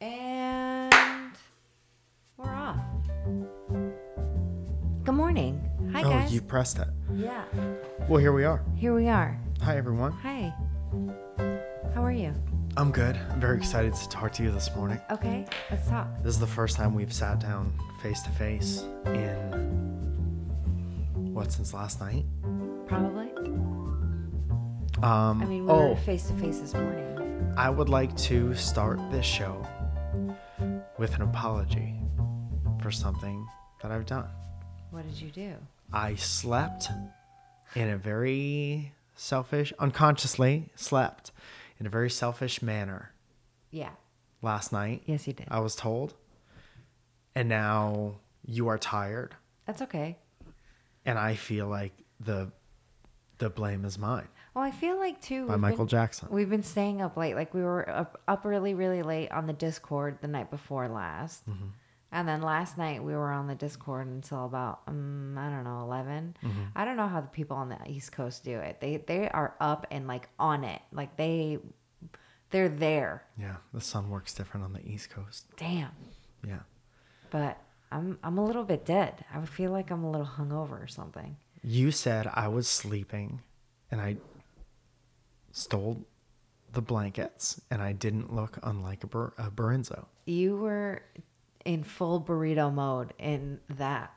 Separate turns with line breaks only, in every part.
And we're off. Good morning. Hi,
oh,
guys.
you pressed that.
Yeah.
Well, here we are.
Here we are.
Hi, everyone.
Hi. How are you?
I'm good. I'm very excited to talk to you this morning.
Okay, let's talk.
This is the first time we've sat down face to face in what since last night?
Probably.
Um,
I mean, we were
oh,
face to face this morning.
I would like to start this show with an apology for something that I've done.
What did you do?
I slept in a very selfish, unconsciously slept in a very selfish manner
Yeah.
last night.
Yes, you did.
I was told. And now you are tired
That's okay.
and I feel like the the blame is mine
Oh, I feel like too.
by
we've
Michael
been-
Jackson.
We've been staying up late. Like we were up, up really, really late on the Discord the night before last. And then last night we were on the Discord until about um, I don't know 11 I don't know how the people on the East Coast do it. They they are up and like on it. Like they they're there.
Yeah, the sun works different on the East Coast.
Damn.
Yeah.
But I'm I'm a little bit dead. I feel like I'm a little hungover or something.
You said I was sleeping and I stole the blankets and I didn't look unlike a, Ber- a Barenzo.
You were in full burrito mode in that,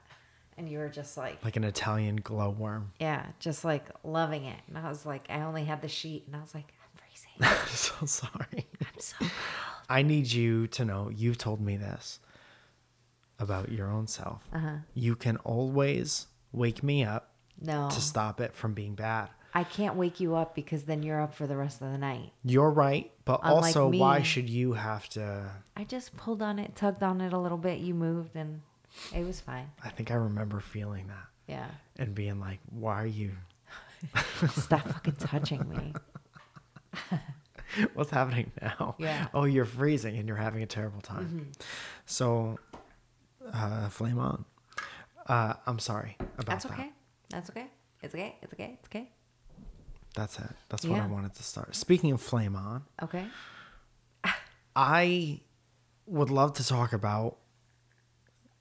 and you were just like.
like an Italian glowworm.
Yeah, just like loving it. And I was like, I only had the sheet, and I was like, I'm freezing.
I'm so sorry.
I'm so
I need you to know you've told me this about your own self.
Uh-huh.
You can always wake me up
no.
to stop it from being bad.
I can't wake you up because then you're up for the rest of the night.
You're right, but
Unlike
also,
me.
why should you have to?
I just pulled on it, tugged on it a little bit. You moved, and it was fine.
I think I remember feeling that
Yeah,
and being like, why are you?
stop fucking touching me.
What's happening now?
Yeah. Mm-hmm.
Oh, you're freezing and you're having a terrible time. So, uh, flame on. Uh, I'm sorry about
That's
that.
okay. That's okay. It's okay. It's okay. It's okay.
That's it. That's what
Yeah.
I wanted to start. Speaking of flame on,
Okay.
I would love to talk about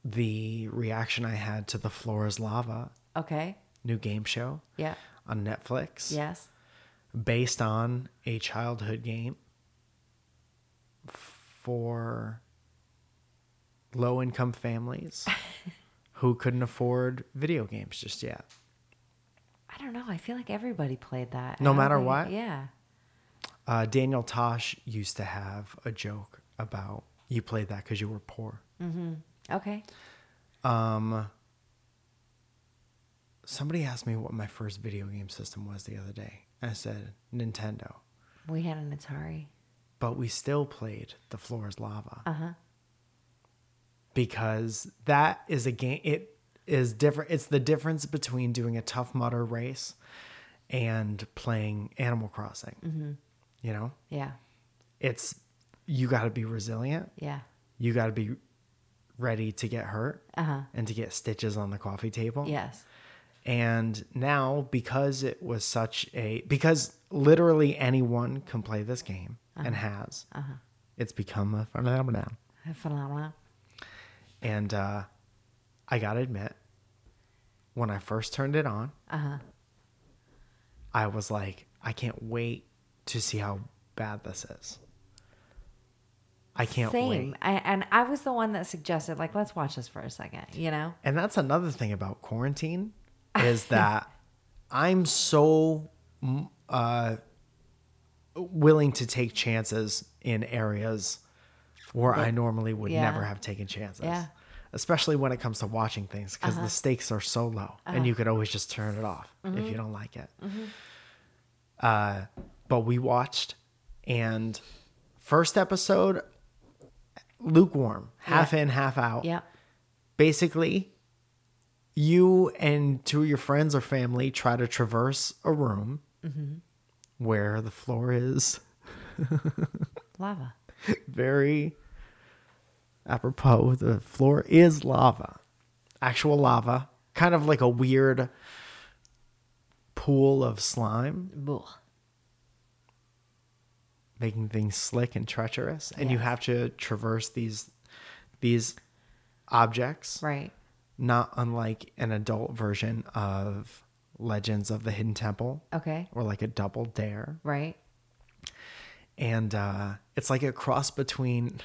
the reaction I had to the Floor is Lava
Okay.
new game show
Yeah.
on Netflix
Yes.
based on a childhood game for low income families who couldn't afford video games just yet.
I don't know. I feel like everybody played that. I
No
don't
matter
think-
what?
Yeah.
Uh, Daniel Tosh used to have a joke about you played that because you were poor.
Mm-hmm. Okay.
Um, somebody asked me what my first video game system was the other day. I said Nintendo,
We had an Atari.
but we still played The Floor is Lava
Uh huh.
because that is a game. It is different. It's the difference between doing a tough mudder race and playing Animal Crossing. You know,
Yeah.
it's you got to be resilient.
Yeah.
You got to be ready to get hurt
Uh huh.
and to get stitches on the coffee table.
Yes.
And now, because it was such a, because literally anyone can play this game and has, it's become a phenomenon.
Phenomenal.
And uh, I got to admit, when I first turned it on,
Uh huh.
I was like, I can't wait to see how bad this is. I can't
Same.
wait.
I, and I was the one that suggested, like, let's watch this for a second, you know?
And that's another thing about quarantine is that I'm so mm, uh, willing to take chances in areas where I normally would
yeah.
never have taken chances.
Yeah. Uh-huh.
Especially when it comes to watching things because the stakes are so low and you could always just turn it off if
Mm-hmm.
you don't like it. Uh, but we watched, and first episode, lukewarm, half in, half out
Yep.
basically you and two of your friends or family try to traverse a room where the floor is
Lava.
very apropos the floor is lava actual lava kind of like a weird pool of slime
Bull.
making things slick and treacherous, and you
Yeah.
have to traverse these these objects,
Right.
not unlike an adult version of Legends of the Hidden Temple,
Okay.
or like a double dare
Right.
and uh, it's like a cross between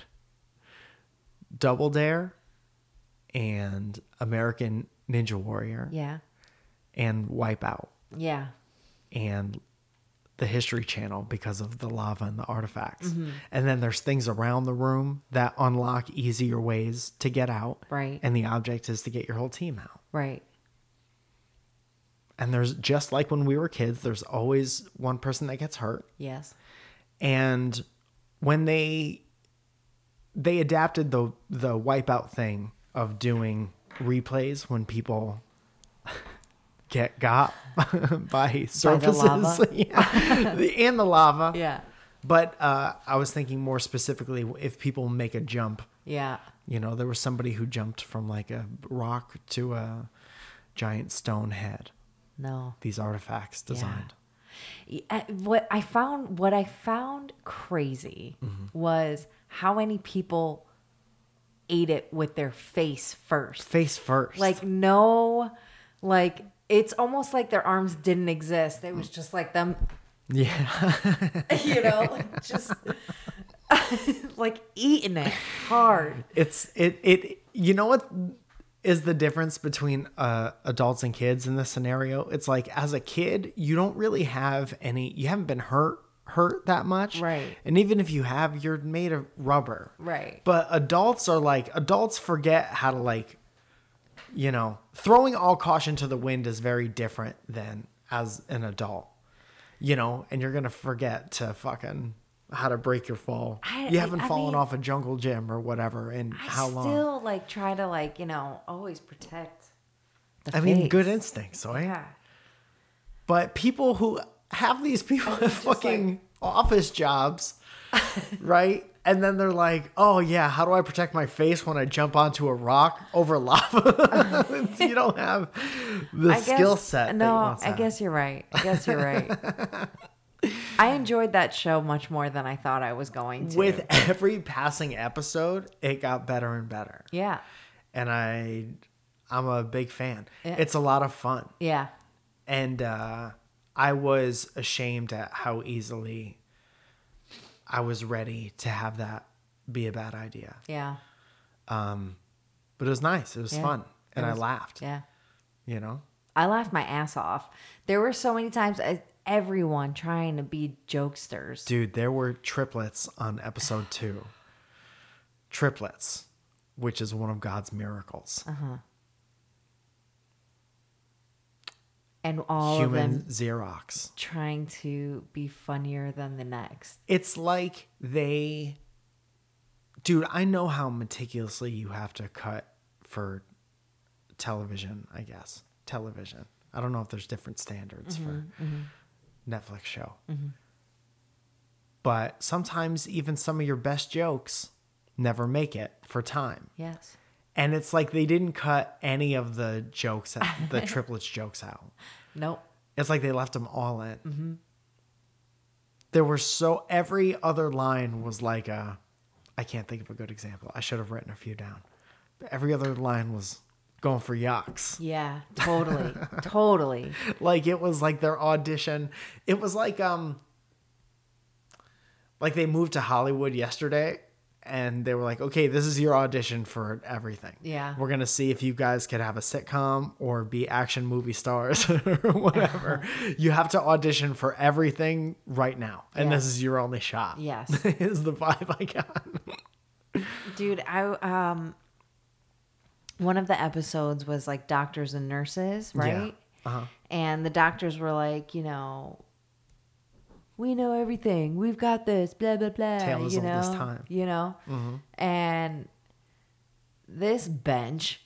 Double Dare and American Ninja Warrior
Yeah.
and Wipeout
Yeah.
and the History Channel because of the lava and the artifacts.
Mm-hmm.
And then there's things around the room that unlock easier ways to get out.
Right.
And the object is to get your whole team out.
Right.
And there's just like when we were kids, there's always one person that gets hurt.
Yes.
and when they they adapted the the wipeout thing of doing replays when people get got by surfaces
lava.
Yeah. The- and the lava
Yeah.
but uh, i was thinking more specifically if people make a jump
Yeah.
you know there was somebody who jumped from like a rock to a giant stone head
No.
these artifacts designed
I- what I found what I found crazy
Mm-hmm.
was how many people ate it with their face first.
face first
Like no like it's almost like their arms didn't exist. It was just like them,
yeah
you know, like just like eating it hard.
it's it it you know what is the difference between uh, adults and kids in this scenario it's like as a kid you don't really have any you haven't been hurt hurt that much
Right.
and even if you have you're made of rubber
Right.
but adults are like adults forget how to like you know throwing all caution to the wind is very different than as an adult you know and you're gonna forget to fucking how to break your fall
I-
you haven't
I
fallen
mean-
off a jungle gym or whatever in
I
how long
still like try to like, you know, always protect the
i mean
face.
good instincts right
yeah.
but people who have these people have fucking office jobs right and then they're like oh yeah how do i protect my face when i jump onto a rock over lava you don't have the
I guess-
skill set that you
No,
once
I
had.
guess you're right. I guess you're right. I enjoyed that show much more than I thought I was going to.
with every passing episode it got better and better
yeah,
and i i'm a big fan
Yeah.
it's a lot of fun
yeah,
and uh, I was ashamed at how easily I was ready to have that be a bad idea.
yeah,
But it was nice. It was
Yeah.
fun, and
It
I
was-
laughed.
yeah.
You know,
I laughed my ass off. There were so many times I, everyone trying to be jokesters.
dude, there were triplets on episode two. Triplets, which is one of God's miracles.
Uh-huh. and all of
Human
them
Xerox.
trying to be funnier than the next.
It's like they, dude. I know how meticulously you have to cut for television. I guess television. I don't know if there's different standards for Netflix show, but sometimes even some of your best jokes never make it for time.
Yes.
And it's like they didn't cut any of the jokes, the triplets jokes out.
Nope.
It's like they left them all in. There were so every other line was like a, I can't think of a good example. I should have written a few down. But every other line was going for yucks.
Yeah. Totally. totally.
Like it was like their audition. It was like um, like they moved to Hollywood yesterday, and they were like, okay, this is your audition for everything.
Yeah.
We're gonna see if you guys could have a sitcom or be action movie stars or whatever. you have to audition for everything right now, and this
Yeah.
is your only shot.
Yes.
is the vibe I got.
dude i um one of the episodes was like doctors and nurses right
Uh-huh.
and the doctors were like you know we know everything we've got this blah blah blah
Tale as
you
old
know
as time. Mm-hmm.
you know and this bench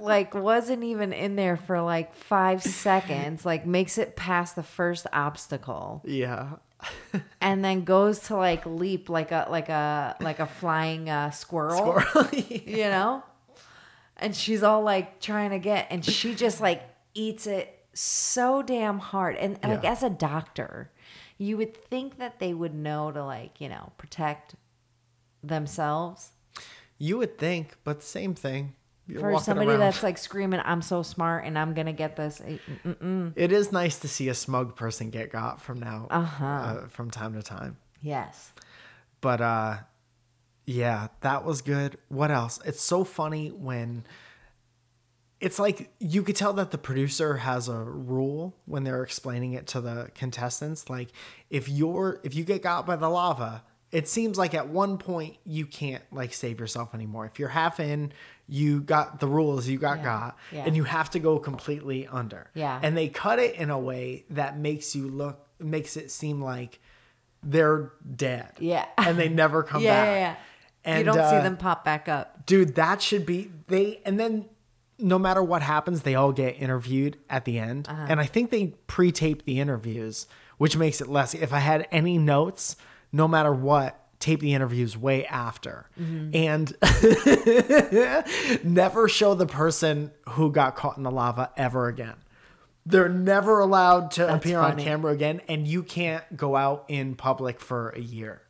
like wasn't even in there for like five seconds like makes it past the first obstacle
Yeah.
and then goes to like leap like a like a like a flying uh, squirrel, you know and she's all like trying to get and she just like eats it so damn hard and, and like
Yeah.
as a doctor you would think that they would know to like you know protect themselves
You would think, but same thing. You're
for
walking
somebody
around.
that's like screaming i'm so smart and i'm gonna get this eh, Mm-mm.
It is nice to see a smug person get got from now
Uh-huh.
uh, from time to time.
yes
But uh yeah, that was good. What else? It's so funny when it's like you could tell that the producer has a rule when they're explaining it to the contestants like if you're if you get got by the lava, it seems like at one point you can't like save yourself anymore. If you're half in, you got the rules, you got got
yeah.
and you have to go completely under.
Yeah.
And they cut it in a way that makes you look makes it seem like they're dead
yeah
and they never come
Yeah,
back.
yeah, yeah.
And
you don't
uh,
see them pop back up
dude. That should be they. And then no matter what happens, they all get interviewed at the end. And I think they pre-tape the interviews, which makes it less. If I had any notes, no matter what. Tape the interviews way after and never show the person who got caught in the lava ever again. They're never allowed to appear
funny.
on camera again, and you can't go out in public for a year.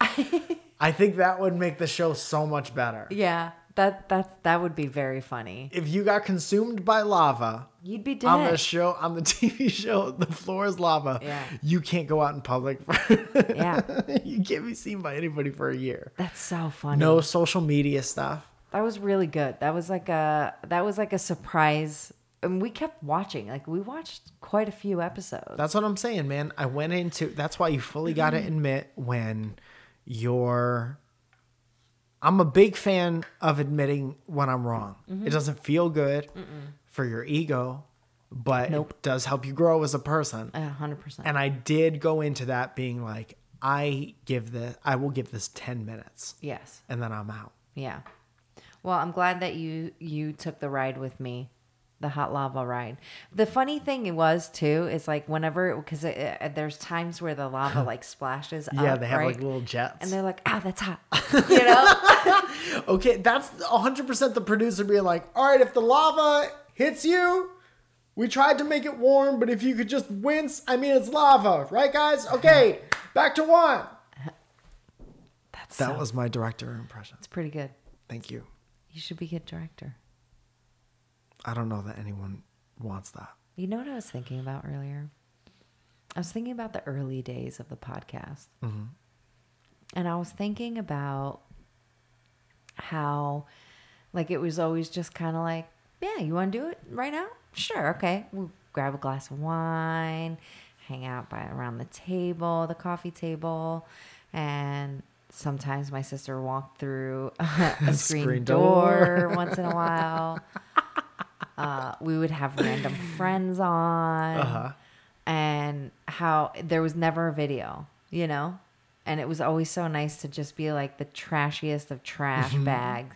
I think that would make the show so much better.
yeah that that that would be very funny
If you got consumed by lava
you'd be
on the
dead
show, on the TV show, The Floor is Lava,
Yeah.
you can't go out in public. For
yeah
you can't be seen by anybody for a year.
that's so funny
No social media stuff.
That was really good. That was like a that was like a surprise. And we kept watching. Like we watched quite a few episodes.
That's what I'm saying, man. I went into that's why you fully got to
Mm-hmm.
admit when you're. I'm a big fan of admitting when I'm wrong.
Mm-hmm.
It doesn't feel good for your ego, but it does help you grow as a person.
A hundred percent.
And I did go into that being like, I give this, I will give this 10 minutes
Yes.
and then I'm out.
Yeah. Well, I'm glad that you you took the ride with me, the hot lava ride. The funny thing it was too is like whenever because it, it, there's times where the lava like splashes.
Yeah,
up,
they have
right?
like little jets.
And they're like, ah, that's hot. You know?
Okay, that's 100% the producer being like, all right, if the lava hits you, we tried to make it warm, but if you could just wince, I mean, it's lava, right, guys? Okay, back to one.
that's
That
so-
was my director impression.
it's pretty good.
Thank you.
You should be a good director.
I don't know that anyone wants that.
You know what I was thinking about earlier? I was thinking about the early days of the podcast. And I was thinking about how, like, it was always just kind of like, yeah, you want to do it right now? Sure. Okay. We'll grab a glass of wine, hang out by around the table, the coffee table. And sometimes my sister walked through a screen,
Screen
door once in a while. Uh, we would have random friends on and how there was never a video you know and it was always so nice to just be like the trashiest of trash bags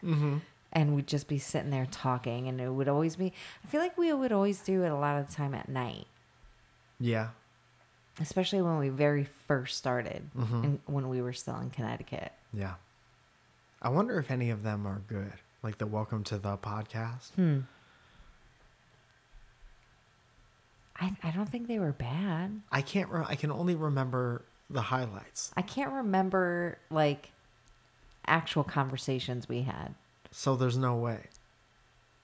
and we'd just be sitting there talking and it would always be i feel like we would always do it a lot of the time at night
Yeah.
especially when we very first started and when we were still in connecticut
Yeah. I wonder if any of them are good, like the Welcome to the podcast.
i, I don't think they were bad
I can't, re- I can only remember the highlights.
i can't remember like actual conversations we had
So there's no way.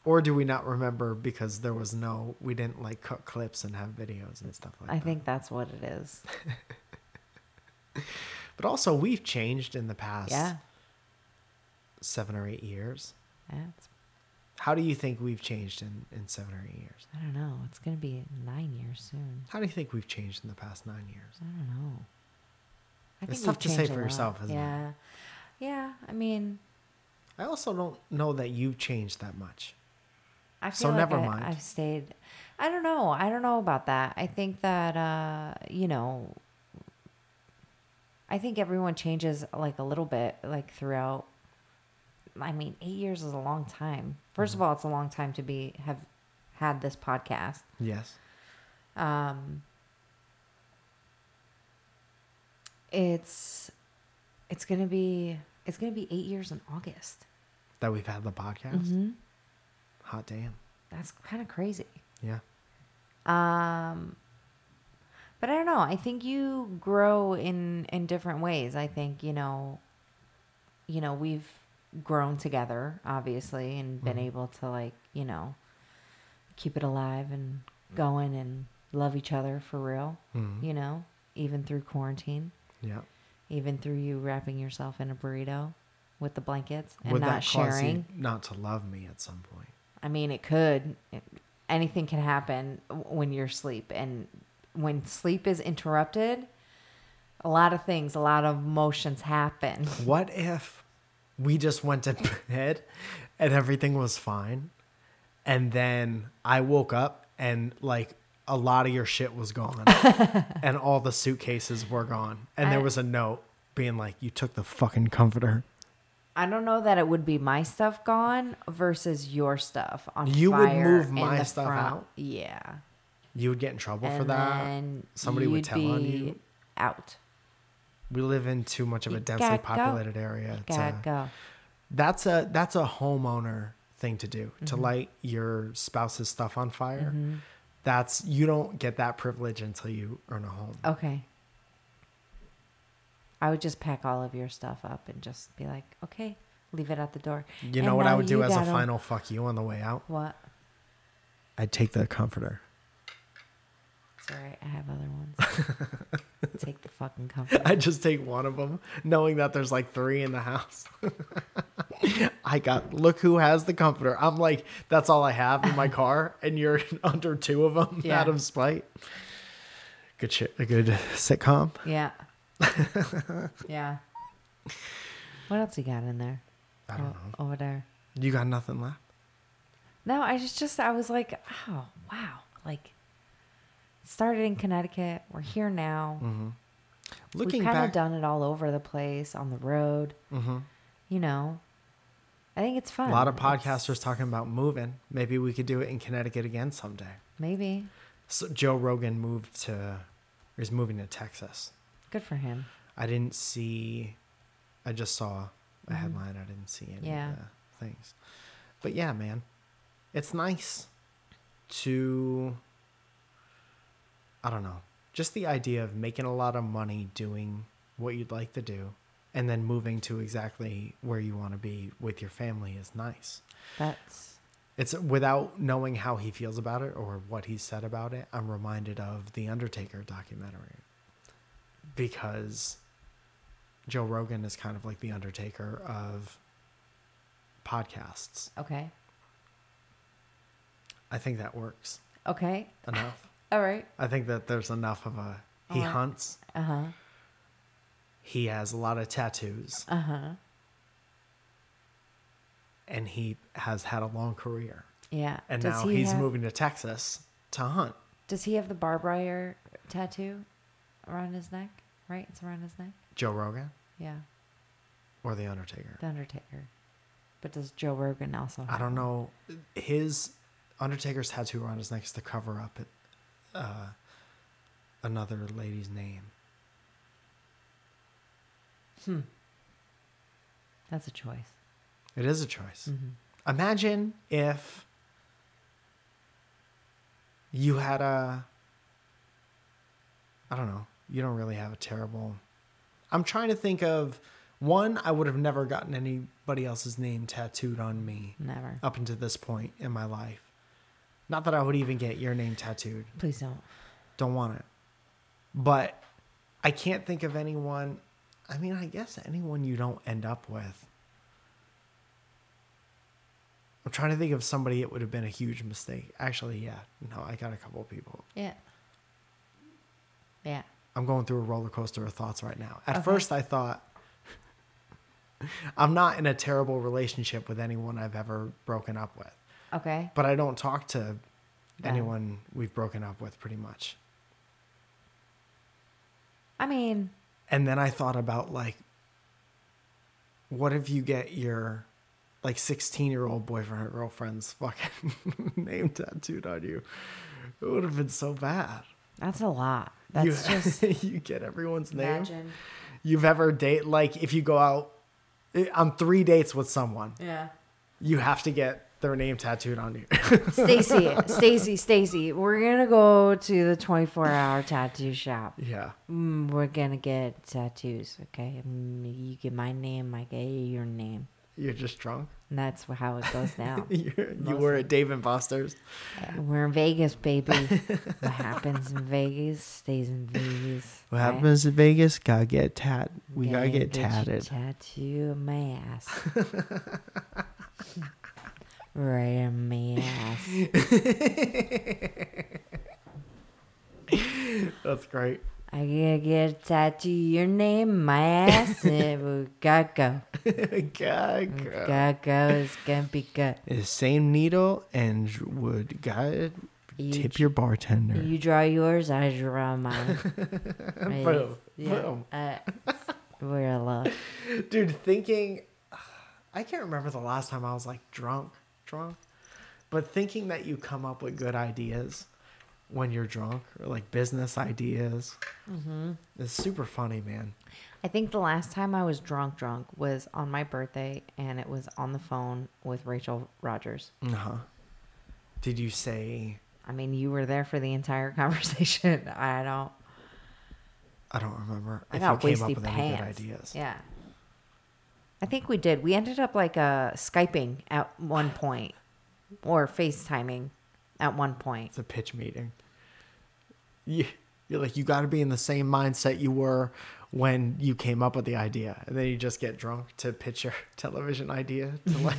Or do we not remember because there was no, we didn't like cut clips and have videos and stuff like
i
that.
think that's what it is
But also, we've changed in the past
yeah
seven or eight years.
yeah it's
How do you think we've changed in, in seven or eight years?
I don't know. It's going to be nine years soon.
How do you think we've changed in the past nine years?
I don't know. I
It's
we've
tough to say
changed a
for
lot.
yourself, isn't it?
yeah. Yeah. I mean,
I also don't know that you've changed that much.
I feel
So
like
never
I,
mind.
I've stayed. I don't know. I don't know about that. I think that, uh, you know, I think everyone changes like a little bit, like throughout. I mean, eight years is a long time. 1st
Mm-hmm.
of all, it's a long time to be have had this podcast.
Yes.
um it's it's gonna be it's gonna be eight years in august
That we've had the podcast?
Mm-hmm.
Hot damn.
that's kind of crazy
Yeah.
um But I don't know. I think you grow in in different ways. I think you know, you know, we've grown together, obviously, and been able to like you know, keep it alive and going and love each other for real. You know, even through quarantine,
Yeah.
even through you wrapping yourself in a burrito with the blankets and
Would
not
that cause
sharing.
you not to love me at some point?
I mean, it could. It- anything can happen w- when you're asleep. And when sleep is interrupted, a lot of things, a lot of emotions happen.
What if we just went to bed and everything was fine? And then I woke up and like a lot of your shit was gone and all the suitcases were gone. And there
I-
was a note being like, You took the fucking comforter.
I don't know that it would be my stuff gone versus your stuff on
You would
fire
move
in
my
the
stuff
front.
out?
Yeah.
You would get in trouble for
and
that.
then
Somebody would
you'd
tell on
be
you.
Out.
We live in too much of a
You
densely
gotta go.
populated area.
Gotta
to-
go.
that's a that's a homeowner thing to do to light your spouse's stuff on fire that's you don't get that privilege until you earn a home
Okay. I would just pack all of your stuff up and just be like, okay, leave it at the door.
you
And
know what i
now
would do
Oh, you
as a
gotta-
final fuck you on the way out
What?
i'd take the comforter
It's all right. I have other ones. Take the fucking comfort.
i'd just take one of them knowing that there's like three in the house i got look who has the comforter i'm like that's all i have in my car and you're under two of them
Yeah.
out of spite good shit a good sitcom
Yeah. yeah. What else you got in there?
i don't
O-
know
Over there.
you got nothing left
No, I just, just, I was like, oh, wow. Like, started in Connecticut. We're here now.
Mm-hmm. looking
We've kind
back Mm-hmm.
of done it all over the place, on the road. You know, I think it's fun.
A lot of
It's-
podcasters talking about moving. Maybe we could do it in Connecticut again someday.
Maybe.
So Joe Rogan moved to, or is moving to Texas.
Good for him.
I didn't see, I just saw a headline. I didn't see any
Yeah.
of the things. But yeah, man, it's nice to, I don't know, just the idea of making a lot of money doing what you'd like to do and then moving to exactly where you want to be with your family is nice.
That's,
It's without knowing how he feels about it or what he said about it, I'm reminded of the Undertaker documentary. Because Joe Rogan is kind of like the Undertaker of podcasts.
okay.
I think that works
Okay.
enough.
All right.
I think that there's enough of a he
All right.
hunts,
Uh huh.
he has a lot of tattoos,
Uh huh.
and he has had a long career.
Yeah.
And
Does
now
he
he's
have-
moving to Texas to hunt.
Does he have the barbed wire tattoo around his neck? Right? It's around his neck?
Joe Rogan
Yeah.
or the Undertaker?
The Undertaker. But does Joe Rogan also have
I don't know. His Undertaker's tattoo on his neck is to cover up uh, another lady's name.
That's a choice.
It is a choice. Imagine if you had a. I don't know. You don't really have a terrible. I'm trying to think of one. I would have never gotten anybody else's name tattooed on me
Never.
up until this point in my life. Not that I would even get your name tattooed.
Please don't.
don't want it. But I can't think of anyone. I mean, I guess anyone you don't end up with. I'm trying to think of somebody it would have been a huge mistake. Actually, yeah. No, I got a couple of people.
Yeah. Yeah.
I'm going through a roller coaster of thoughts right now. At
Okay.
first, I thought I'm not in a terrible relationship with anyone I've ever broken up with,
Okay.
but I don't talk to
Them.
anyone we've broken up with pretty much.
I mean,
And then I thought about like, what if you get your like 16 year old boyfriend or girlfriend's fucking name tattooed on you? It would have been so bad.
that's a lot. That's
you,
just
you get everyone's name.
imagine.
You've ever date like if you go out eh, on three dates with someone,
Yeah.
you have to get their name tattooed on you.
Stacy, Stacy, Stacy, we're gonna go to the 24 hour tattoo shop.
yeah.
Mm, we're gonna get tattoos, okay? Mm, you get my name, I get your name.
You're just drunk.
And that's how it goes now.
You're, you were at Dave and Buster's.
We're in Vegas, baby. what happens in Vegas stays in Vegas.
What
right?
happens in Vegas? Gotta get tat. We gotta
Gotta
get
you
tatted.
Tattoo on my ass. right in my ass.
That's great.
I gotta get a tattoo. Your name, my ass. and we gotta go.
gotta
We
go.
Gotta go. It's gonna be good.
The same needle and would gotta
You
tip your bartender.
You draw yours, I draw mine. Right?
Boom.
Yeah.
Boom.
Uh, we're in love.
dude thinking i can't remember the last time i was like drunk drunk but thinking that you come up with good ideas when you're drunk or like business ideas
Mm-hmm.
it's super funny man
I think the last time I was drunk, drunk was on my birthday, and it was on the phone with Rachel Rogers.
uh-huh did you say
I mean, you were there for the entire conversation. I don't.
i don't remember
I got
you
wasted pants.
ideas
Yeah. I think we did. We ended up like uh, Skyping at one point or FaceTiming at one point.
it's a pitch meeting you, you're like you got to be in the same mindset you were when you came up with the idea and then you just get drunk to pitch your television idea to like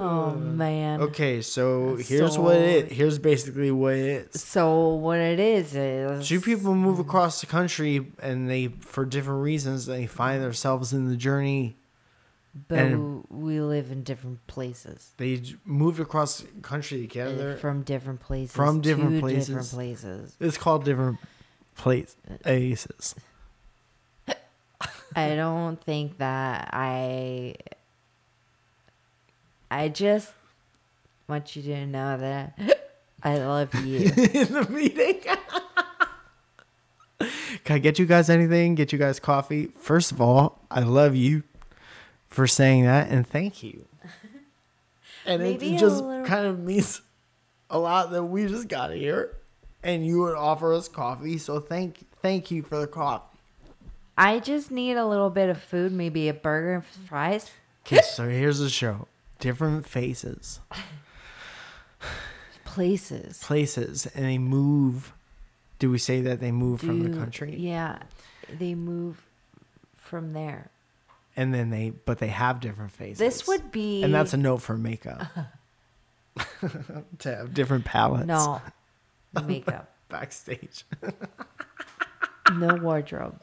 Oh, man.
Okay, so here's what it here's basically what it is.
So, what it is is
Two people move across the country and they for different reasons they find themselves in the journey.
but
and-
we live in different places. Eh,
They j- moved across the country together.
From different places.
From different
to
places.
Different places.
it's called different place aces.
I don't think that I. I just want you to know that I love you.
in the meeting. Can I get you guys anything? Get you guys coffee? First of all, I love you for saying that and thank you. And
Maybe
it
a
just
little-
kind of means a lot that we just got here and you would offer us coffee. So thank thank you for the coffee.
I just need a little bit of food, maybe a burger and fries.
Okay, so here's the show. Different faces,
Places.
places, and they move. Do we say that they move from the
Do-
country?
Yeah. They move from there.
And then they, but they have different faces.
This would be
And that's a note for makeup. to have different palettes.
no makeup.
Backstage.
No wardrobe.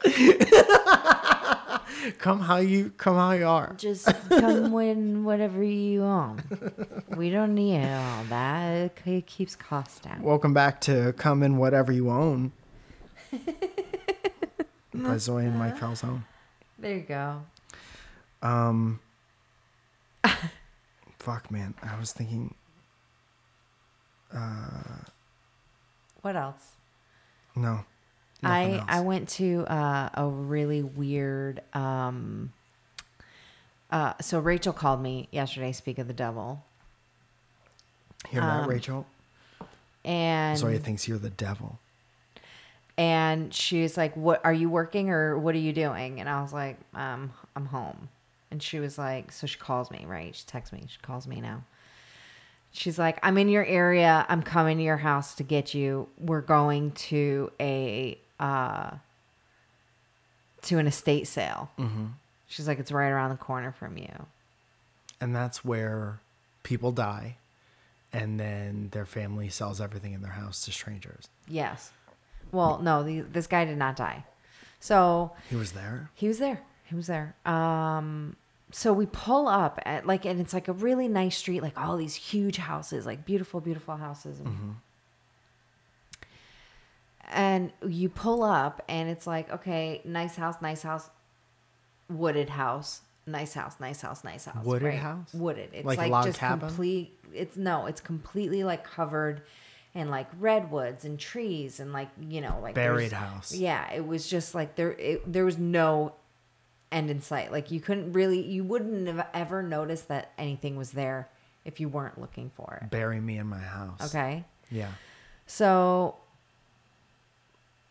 come how you come how you are.
Just come when whatever you want. We don't need all that. It k- It keeps costs down.
Welcome back to Come in Whatever You Own. By Zoe and Mike Falzone.
There you go.
Um Fuck man. I was thinking
What else?
no.
I
nothing
I
else.
went to uh, a really weird. Um, uh, so Rachel called me yesterday. Speak of the devil,
Hear that, Rachel?
um, and
Zoe thinks you're the devil.
and she was like, "What are you working or what are you doing?" And I was like, "Um, I'm home." And she was like, "So she calls me, right? She texts me. She calls me now." She's like, "I'm in your area. I'm coming to your house to get you. We're going to a uh to an estate sale." Mm-hmm. She's like, "It's right around the corner from you."
And that's where people die and then their family sells everything in their house to strangers.
Yes. Well, no, the, this guy did not die. So
He was there?
He was there. He was there. Um, so we pull up at like, and it's like a really nice street, like all these huge houses, like beautiful, beautiful houses. And,
Mm-hmm.
and you pull up, and it's like, okay, nice house, nice house, wooded house, nice house, nice house, nice house.
Wooded house?
Wooded. It's
Like
like,
a log
just
cabin?
complete. It's no, it's completely like covered. in like redwoods and trees and like you know like
Buried
there's-
house.
yeah, it was just like there. It, there was no end in sight. Like you couldn't really, you wouldn't have ever noticed that anything was there if you weren't looking for it.
Bury me in my house.
Okay.
Yeah.
So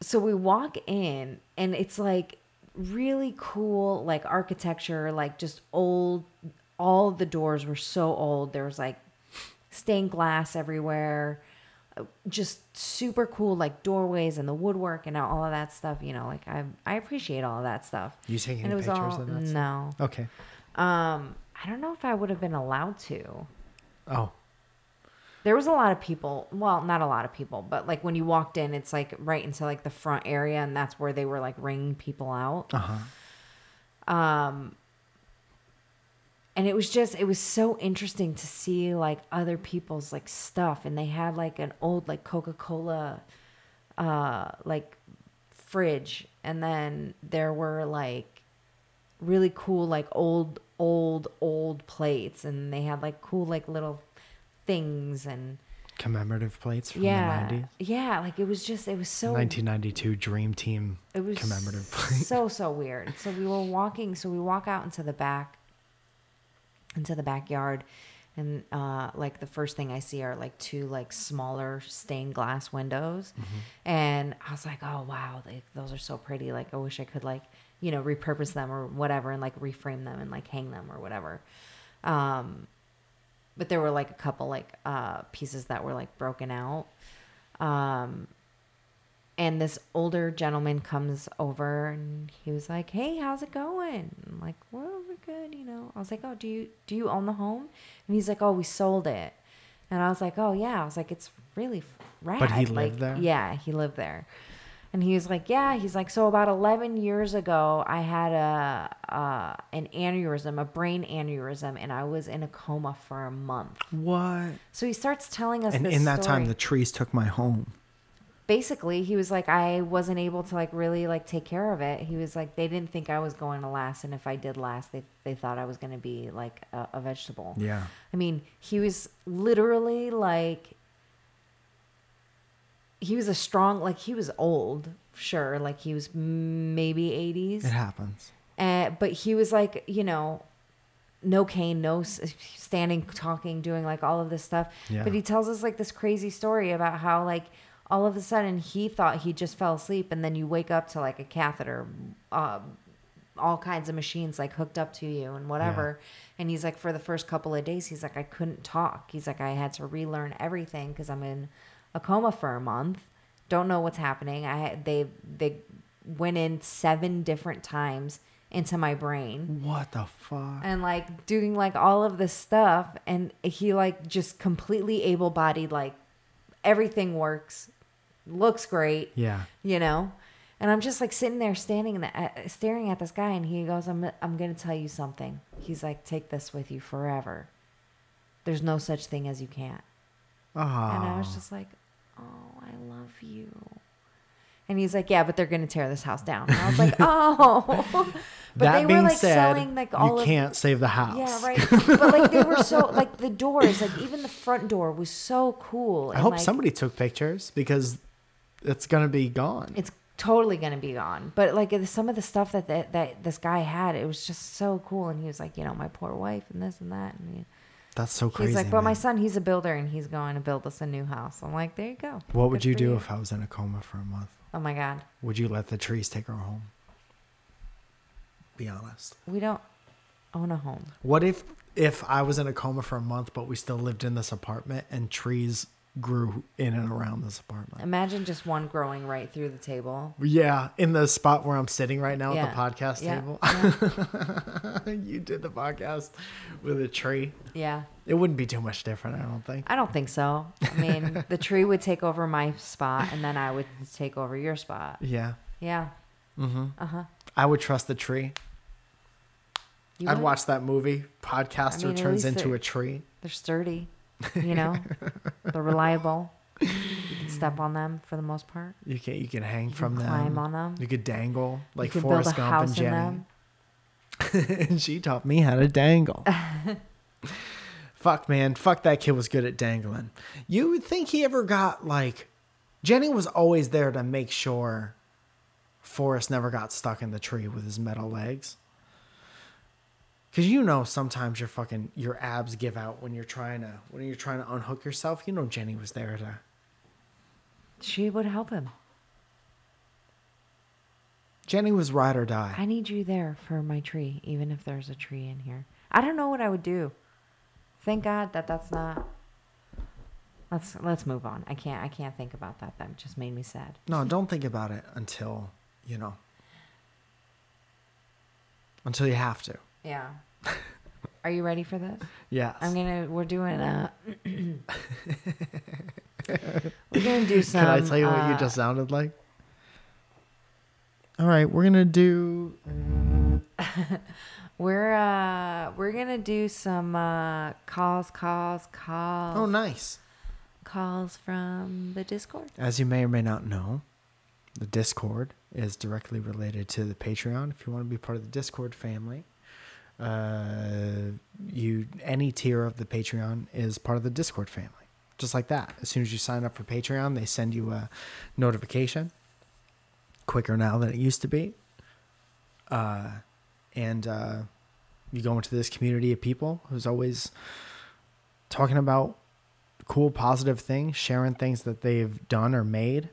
so we walk in and it's like really cool like architecture, like just old all the doors were so old. There was like stained glass everywhere. uh, Just super cool like doorways and the woodwork and all of that stuff, you know, like I I appreciate all of that stuff.
You taking
and it was
pictures
all
of that?
no.
Okay.
Um I don't know if I would have been allowed to.
Oh.
There was a lot of people. Well, not a lot of people, but like when you walked in, it's like right into like the front area, and that's where they were like ringing people out.
Uh huh.
Um, and it was just, it was so interesting to see like other people's like stuff, and they had like an old like Coca Cola, uh, like fridge, and then there were like really cool like old old old plates, and they had like cool like little things and
Commemorative plates from
yeah
the 90s.
yeah like it was just it was so
1992 Dream Team
it was
commemorative plate.
so so weird so we were walking so we walk out into the back into the backyard and uh like the first thing i see are like two like smaller stained glass windows and i was like oh wow like those are so pretty like i wish i could like you know repurpose them or whatever and like reframe them and like hang them or whatever um but there were like a couple like uh pieces that were like broken out um and this older gentleman comes over and he was like hey how's it going i'm like well we're good you know i was like oh do you do you own the home and he's like oh we sold it and i was like oh yeah i was like it's really rad
But he
like,
lived there?
yeah he lived there and he was like yeah he's like so about 11 years ago i had a uh, an aneurysm a brain aneurysm and i was in a coma for a month
What?
so he starts telling us
And
this
in that time,
story
the trees took my home.
basically he was like i wasn't able to like really like take care of it he was like they didn't think i was going to last and if i did last they, they thought i was going to be like a, a vegetable
Yeah.
i mean he was literally like he was a strong like he was old sure like he was maybe 80s
It happens.
uh, but he was like, you know, no cane, no s- standing, talking, doing like all of this stuff.
Yeah.
But he tells us like this crazy story about how like all of a sudden he thought he just fell asleep, and then you wake up to like a catheter, um, all kinds of machines like hooked up to you and whatever. And he's like, for the first couple of days, he's like, I couldn't talk. He's like, I had to relearn everything because I'm in a coma for a month. Don't know what's happening. I had- they they went in seven different times into my brain
What the fuck?
and like doing like all of this stuff and he like just completely able-bodied like everything works looks great
Yeah.
you know and i'm just like sitting there standing in the, uh, staring at this guy and he goes i'm i'm going to tell you something he's like take this with you forever there's no such thing as you can't
Oh.
and I was just like, oh, I love you. And he's like, yeah, but they're going to tear this house down. And I was like, oh. but
that
they
being
were like
said,
selling like all
you
of
can't save the house.
yeah, right. but like they were so like the doors, like even the front door was so cool.
I
and,
hope
like,
somebody took pictures because it's gonna be gone.
it's totally gonna be gone. But like it- some of the stuff that that, that this guy had, it was just so cool. And he was like, you know, my poor wife and this and that. And he,
That's so crazy.
he's like, but my
man.
son, he's a builder and he's going to build us a new house. I'm like, there you go.
what would
Good
you
for
do if I was in a coma for a month?
Oh my god.
Would you let the trees take our home? Be honest.
We don't own a home.
What if if I was in a coma for a month, but we still lived in this apartment and trees grew in and around this apartment?
Imagine just one growing right through the table.
Yeah, in the spot where I'm sitting right now
Yeah.
at the podcast
Yeah.
table. you did the podcast with a tree.
Yeah.
It wouldn't be too much different, I don't think.
I don't think so. I mean, the tree would take over my spot and then I would take over your spot.
Yeah.
Yeah.
I would trust the tree.
You
I'd
would.
watch that movie. Podcaster
I mean, at
turns
least
into
it-
a tree.
They're sturdy, you know? They're reliable. You can step on them for the most part.
You can you can hang from
can
them.
climb on them.
You could dangle like
you can build a
Forrest Gump and
house in
Jenny.
them.
and she taught me how to dangle. Fuck man, fuck that kid was good at dangling. You would think he ever got like Jenny was always there to make sure Forrest never got stuck in the tree with his metal legs. Cause you know sometimes your fucking your abs give out when you're trying to when you're trying to unhook yourself. You know Jenny was there to
She would help him.
Jenny was ride or die.
I need you there for my tree, even if there's a tree in here. I don't know what I would do. Thank God that that's not. Let's let's move on. I can't I can't think about that. That just made me sad.
No, don't think about it until you know. Until you have to.
Yeah. Are you ready for this?
Yes.
I'm gonna. We're doing a. we're gonna do some.
Can I tell you what you
uh,
just sounded like? All right, we're gonna do.
We're uh we're gonna do some uh calls, calls, calls,
Oh, nice.
calls from the Discord.
As you may or may not know, the Discord is directly related to the Patreon. If you want to be part of the Discord family, uh, you any tier of the Patreon is part of the Discord family. Just like that. As soon as you sign up for Patreon, they send you a notification. Quicker now than it used to be. Uh, and uh, you go into this community of people who's always talking about cool positive things, sharing things that they've done or made.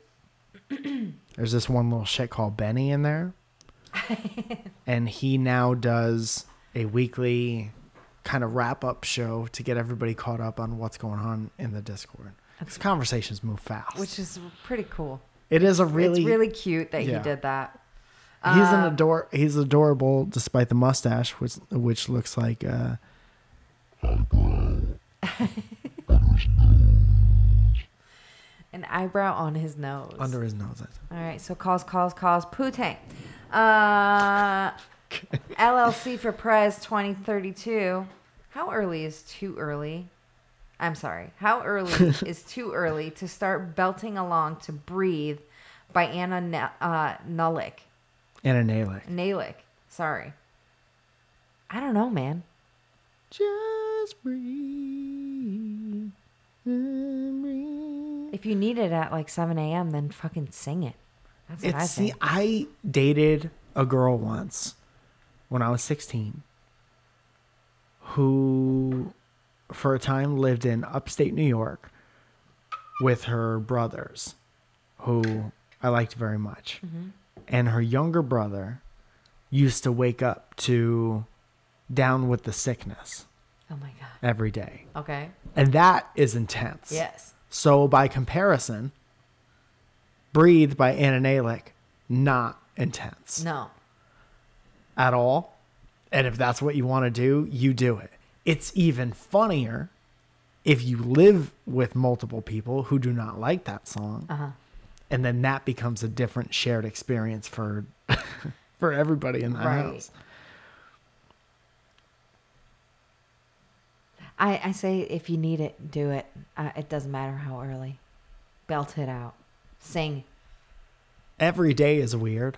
There's this one little shit called Benny in there. and he now does a weekly kind of wrap up show to get everybody caught up on what's going on in the Discord. Because conversations move fast.
Which is pretty cool.
it is a really,
it's really cute that
yeah.
he did that. Um,
he's an ador he's adorable despite the mustache, which which looks like uh
An eyebrow on his nose.
under his nose.
All right, so calls, calls, calls. Putang. Uh, LLC for Prez 2032. How early is too early? I'm sorry. How early is too early to start belting along to Breathe by Anna Na- uh, Nulick?
And a nail. like,
Nalick. Sorry. I don't know, man.
Just breathe. and breathe.
If you need it at like 7 a.m., then fucking sing it. That's what I
It's
think.
see, I dated a girl once when I was 16 who, for a time, lived in upstate New York with her brothers, who I liked very much.
Mm-hmm.
And her younger brother used to wake up to Down with the Sickness
Oh my God.
every day.
Okay.
And that is intense.
Yes.
So by comparison, Breathe by Anna Nalick, not intense
No.
at all. And if that's what you want to do, you do it. It's even funnier if you live with multiple people who do not like that song.
Uh-huh.
And then that becomes a different shared experience for for everybody in the
Right.
house.
I, I say if you need it, do it. Uh, it doesn't matter how early. Belt it out. Sing.
every day is weird.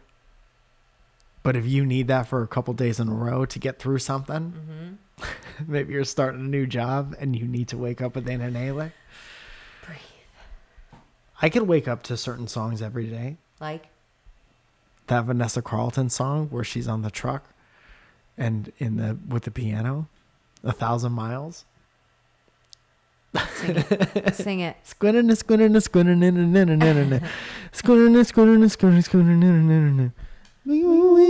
But if you need that for a couple days in a row to get through something, maybe you're starting a new job and you need to wake up with Anna Naylor.
Breathe.
I can wake up to certain songs every day.
Like,
That Vanessa Carlton song where she's on the truck and in the with the piano, a thousand miles.
sing it. sing it.
Squinting and squinting and squinting and and and and and and squinting and squinting and squinting and squinting and and and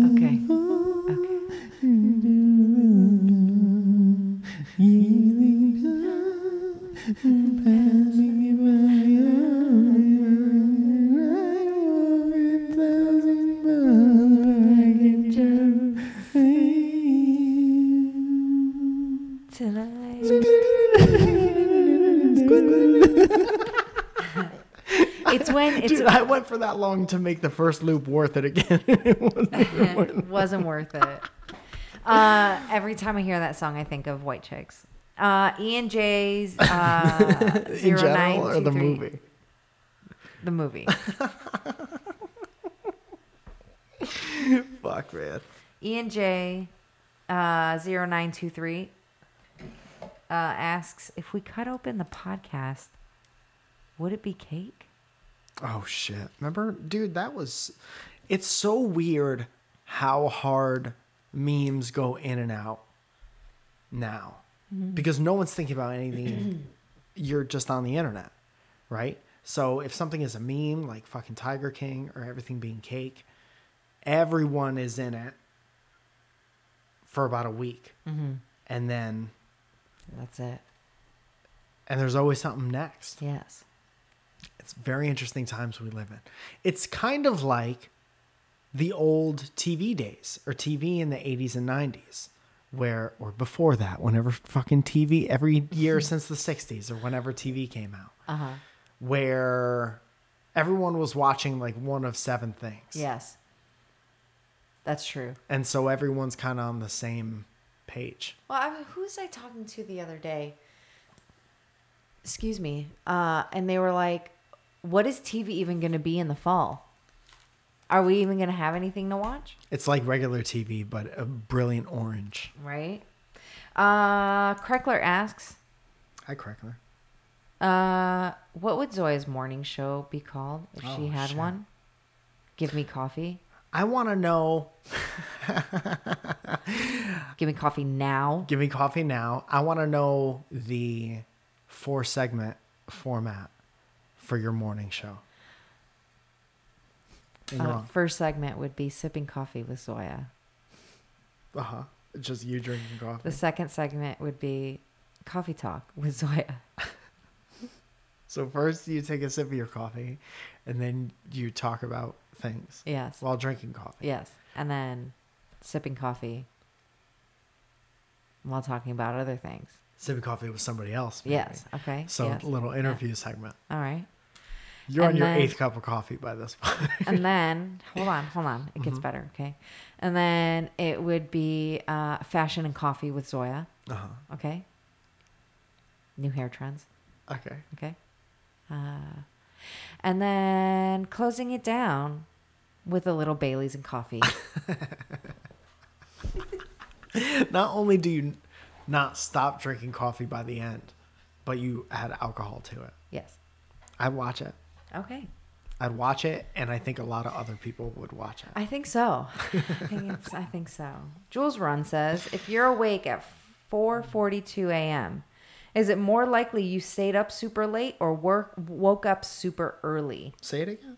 Okay. Tonight. It's when it's
Dude, I went for that long to make the first loop worth it again. It wasn't.
wasn't worth it. Uh, every time I hear that song, I think of White Chicks. Uh, E and J's uh,
in general or the movie?
the movie.
Fuck, man.
Ian E J, uh, 0923 uh, asks if we cut open the podcast, would it be cake?
Oh shit. Remember, dude, that was it's so weird how hard memes go in and out now. Because no one's thinking about anything. You're just on the internet, right? So if something is a meme like fucking Tiger King or everything being cake, everyone is in it for about a week. And then
That's it.
and there's always something next.
Yes.
It's very interesting times we live in. It's kind of like the old TV days or TV in the 80s and 90s, where, or before that, whenever fucking TV, every year since the 60s or whenever TV came out,
Uh-huh.
where everyone was watching like one of seven things.
Yes. That's true.
And so everyone's kind of on the same page.
Well, I mean, who was I talking to the other day? Excuse me. Uh, and they were like, what is TV even going to be in the fall? Are we even going to have anything to watch?
It's like regular TV, but a brilliant orange.
Right? Uh, Kreckler asks,
Hi, Crackler.
uh, what would Zoya's morning show be called if she
Oh,
had
shit.
one? Give me coffee.
I want to know
Give me coffee now.
Give me coffee now. I want to know the four segment format for your morning show. And you're
Uh,
on.
first segment would be sipping coffee with Zoya.
Uh huh. Just you drinking coffee.
The second segment would be coffee talk with Zoya.
So first you take a sip of your coffee, and then you talk about things
Yes.
while drinking coffee.
Yes. And then sipping coffee while talking about other things.
Sipping coffee with somebody else. maybe.
Yes. Okay.
So
yes.
little interview segment.
All right.
You're on
And
your
then-
eighth cup of coffee by this point.
And then, hold on, hold on. It
Mm-hmm.
gets better. Okay. And then it would be uh, fashion and coffee with Zoya.
uh huh.
Okay. New hair trends.
Okay.
Okay. Uh, and then closing it down with a little Bailey's and coffee.
Not only do you not stop drinking coffee by the end, but you add alcohol to it.
yes.
I'd watch it.
Okay.
I'd watch it, and I think a lot of other people would watch it.
I think so. I think, it's, I think so. Jules Run says, if you're awake at 4:42 a.m., is it more likely you stayed up super late or work woke up super early?
Say it again.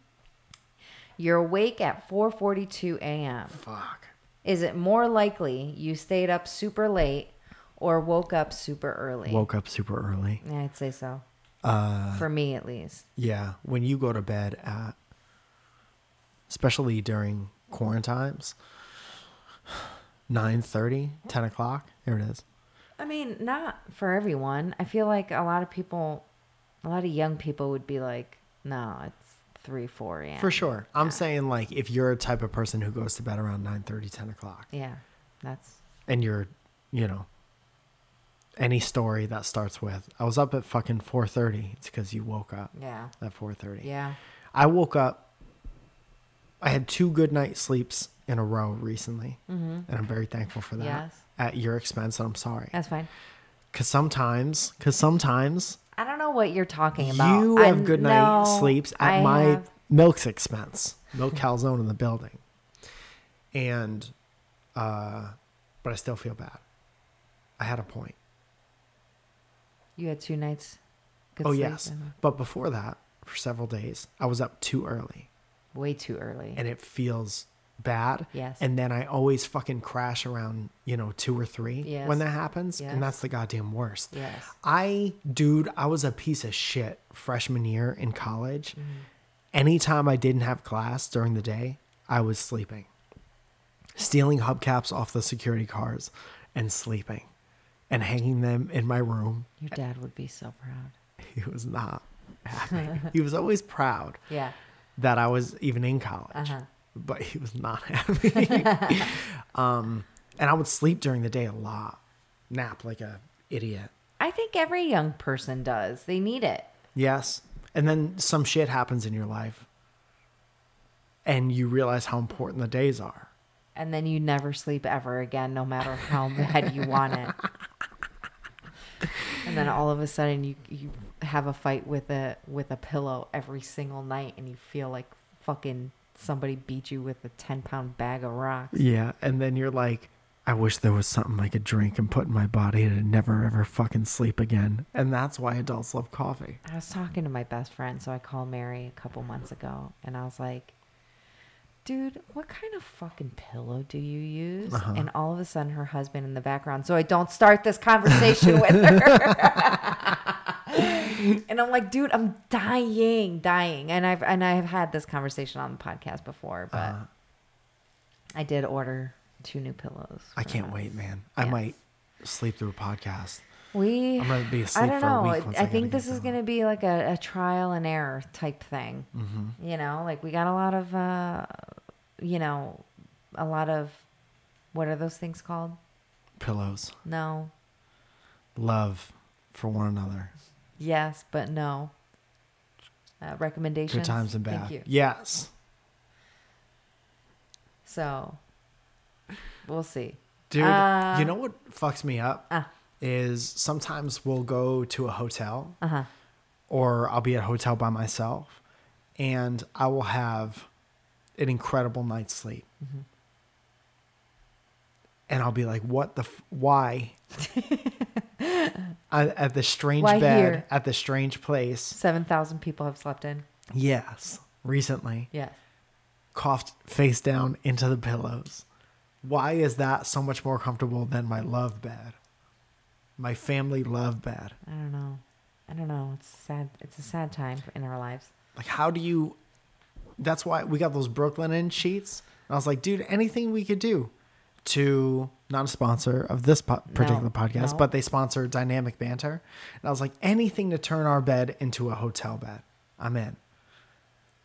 You're awake at 4:42 a.m.
Fuck.
Is it more likely you stayed up super late or woke up super early?
Woke up super early.
Yeah, I'd say so.
Uh,
For me, at least.
yeah. When you go to bed at, especially during quarantines, 9 10 o'clock. There it is.
I mean, not for everyone. I feel like a lot of people, a lot of young people would be like, no, it's 3, 4 a.m.
For sure. I'm saying like if you're a type of person who goes to bed around 9 10 o'clock,
Yeah, that's
and you're, you know, any story that starts with I was up at fucking four thirty. It's because you woke up
yeah,
at four thirty.
yeah.
I woke up. I had two good night sleeps in a row recently, and I'm very thankful for that.
Mm-hmm. Yes.
At your expense, and I'm sorry
That's fine.
because sometimes, because sometimes
I don't know what you're talking about.
you
I-
have good night
no,
sleeps at
I
my
have-
milk's expense. Milk calzone in the building, and uh, but I still feel bad. I had a point.
you had two nights. Good
Oh
sleep
yes,
and
but before that, for several days, I was up too early.
way too early.
and it feels bad.
Yes.
And then I always fucking crash around, you know, two or three
Yes.
when that happens.
Yes.
And that's the goddamn worst.
Yes.
I, dude, I was a piece of shit freshman year in
Mm-hmm.
college. Anytime I didn't have class during the day, I was sleeping, stealing hubcaps off the security cars and sleeping and hanging them in my room.
Your dad would be so proud.
He was not happy. he was always proud
Yeah,
that I was even in college,
Uh-huh.
but he was not happy. um, and I would sleep during the day a lot, nap like a idiot.
I think every young person does. They need it.
Yes, And then some shit happens in your life and you realize how important the days are.
And then you never sleep ever again, no matter how bad you want it. And then all of a sudden, you you have a fight with a with a pillow every single night, and you feel like fucking somebody beat you with a ten pound bag of rocks.
Yeah. And then you're like, I wish there was something I could drink and put in my body to never ever fucking sleep again. And that's why adults love coffee.
I was talking to my best friend, so I called Mary a couple months ago, and I was like, "Dude, what kind of fucking pillow do you use?"
Uh-huh.
And all of a sudden, her husband in the background, so I don't start this conversation with her. and I'm like, "Dude, I'm dying, dying." And I've and I've had this conversation on the podcast before, but
Uh-huh. Uh,
I did order two new pillows.
I
for
can't
us.
wait, man. I
Yes.
might sleep through a podcast.
We.
I'm gonna be
I
asleep
don't
for a
know.
week once
I,
I gotta
think
get
this is
going.
going to be like a, a trial and error type thing.
Mm-hmm.
You know, like we got a lot of, uh, you know, a lot of, what are those things called?
Pillows,
No.
love for one another,
Yes, but no. Uh, recommendations.
good times and bad.
Thank you.
Yes.
So we'll see.
Dude,
Uh,
you know what fucks me up
Uh.
is sometimes we'll go to a hotel
Uh huh.
or I'll be at a hotel by myself and I will have an incredible night's sleep.
Mm-hmm.
And I'll be like, what the, f- why? I, at the strange
Why
bed,
here?
at the strange place.
7,000 people have slept in.
Yes. Recently,
Yes.
coughed face down into the pillows. Why is that so much more comfortable than my love bed? My family love bed.
I don't know. I don't know. It's sad. It's a sad time in our lives.
Like, how do you? That's why we got those Brooklyn in sheets. And I was like, dude, anything we could do to not a sponsor of this po- particular podcast,
no.
but they sponsor Dynamic Banter. And I was like, anything to turn our bed into a hotel bed, I'm in.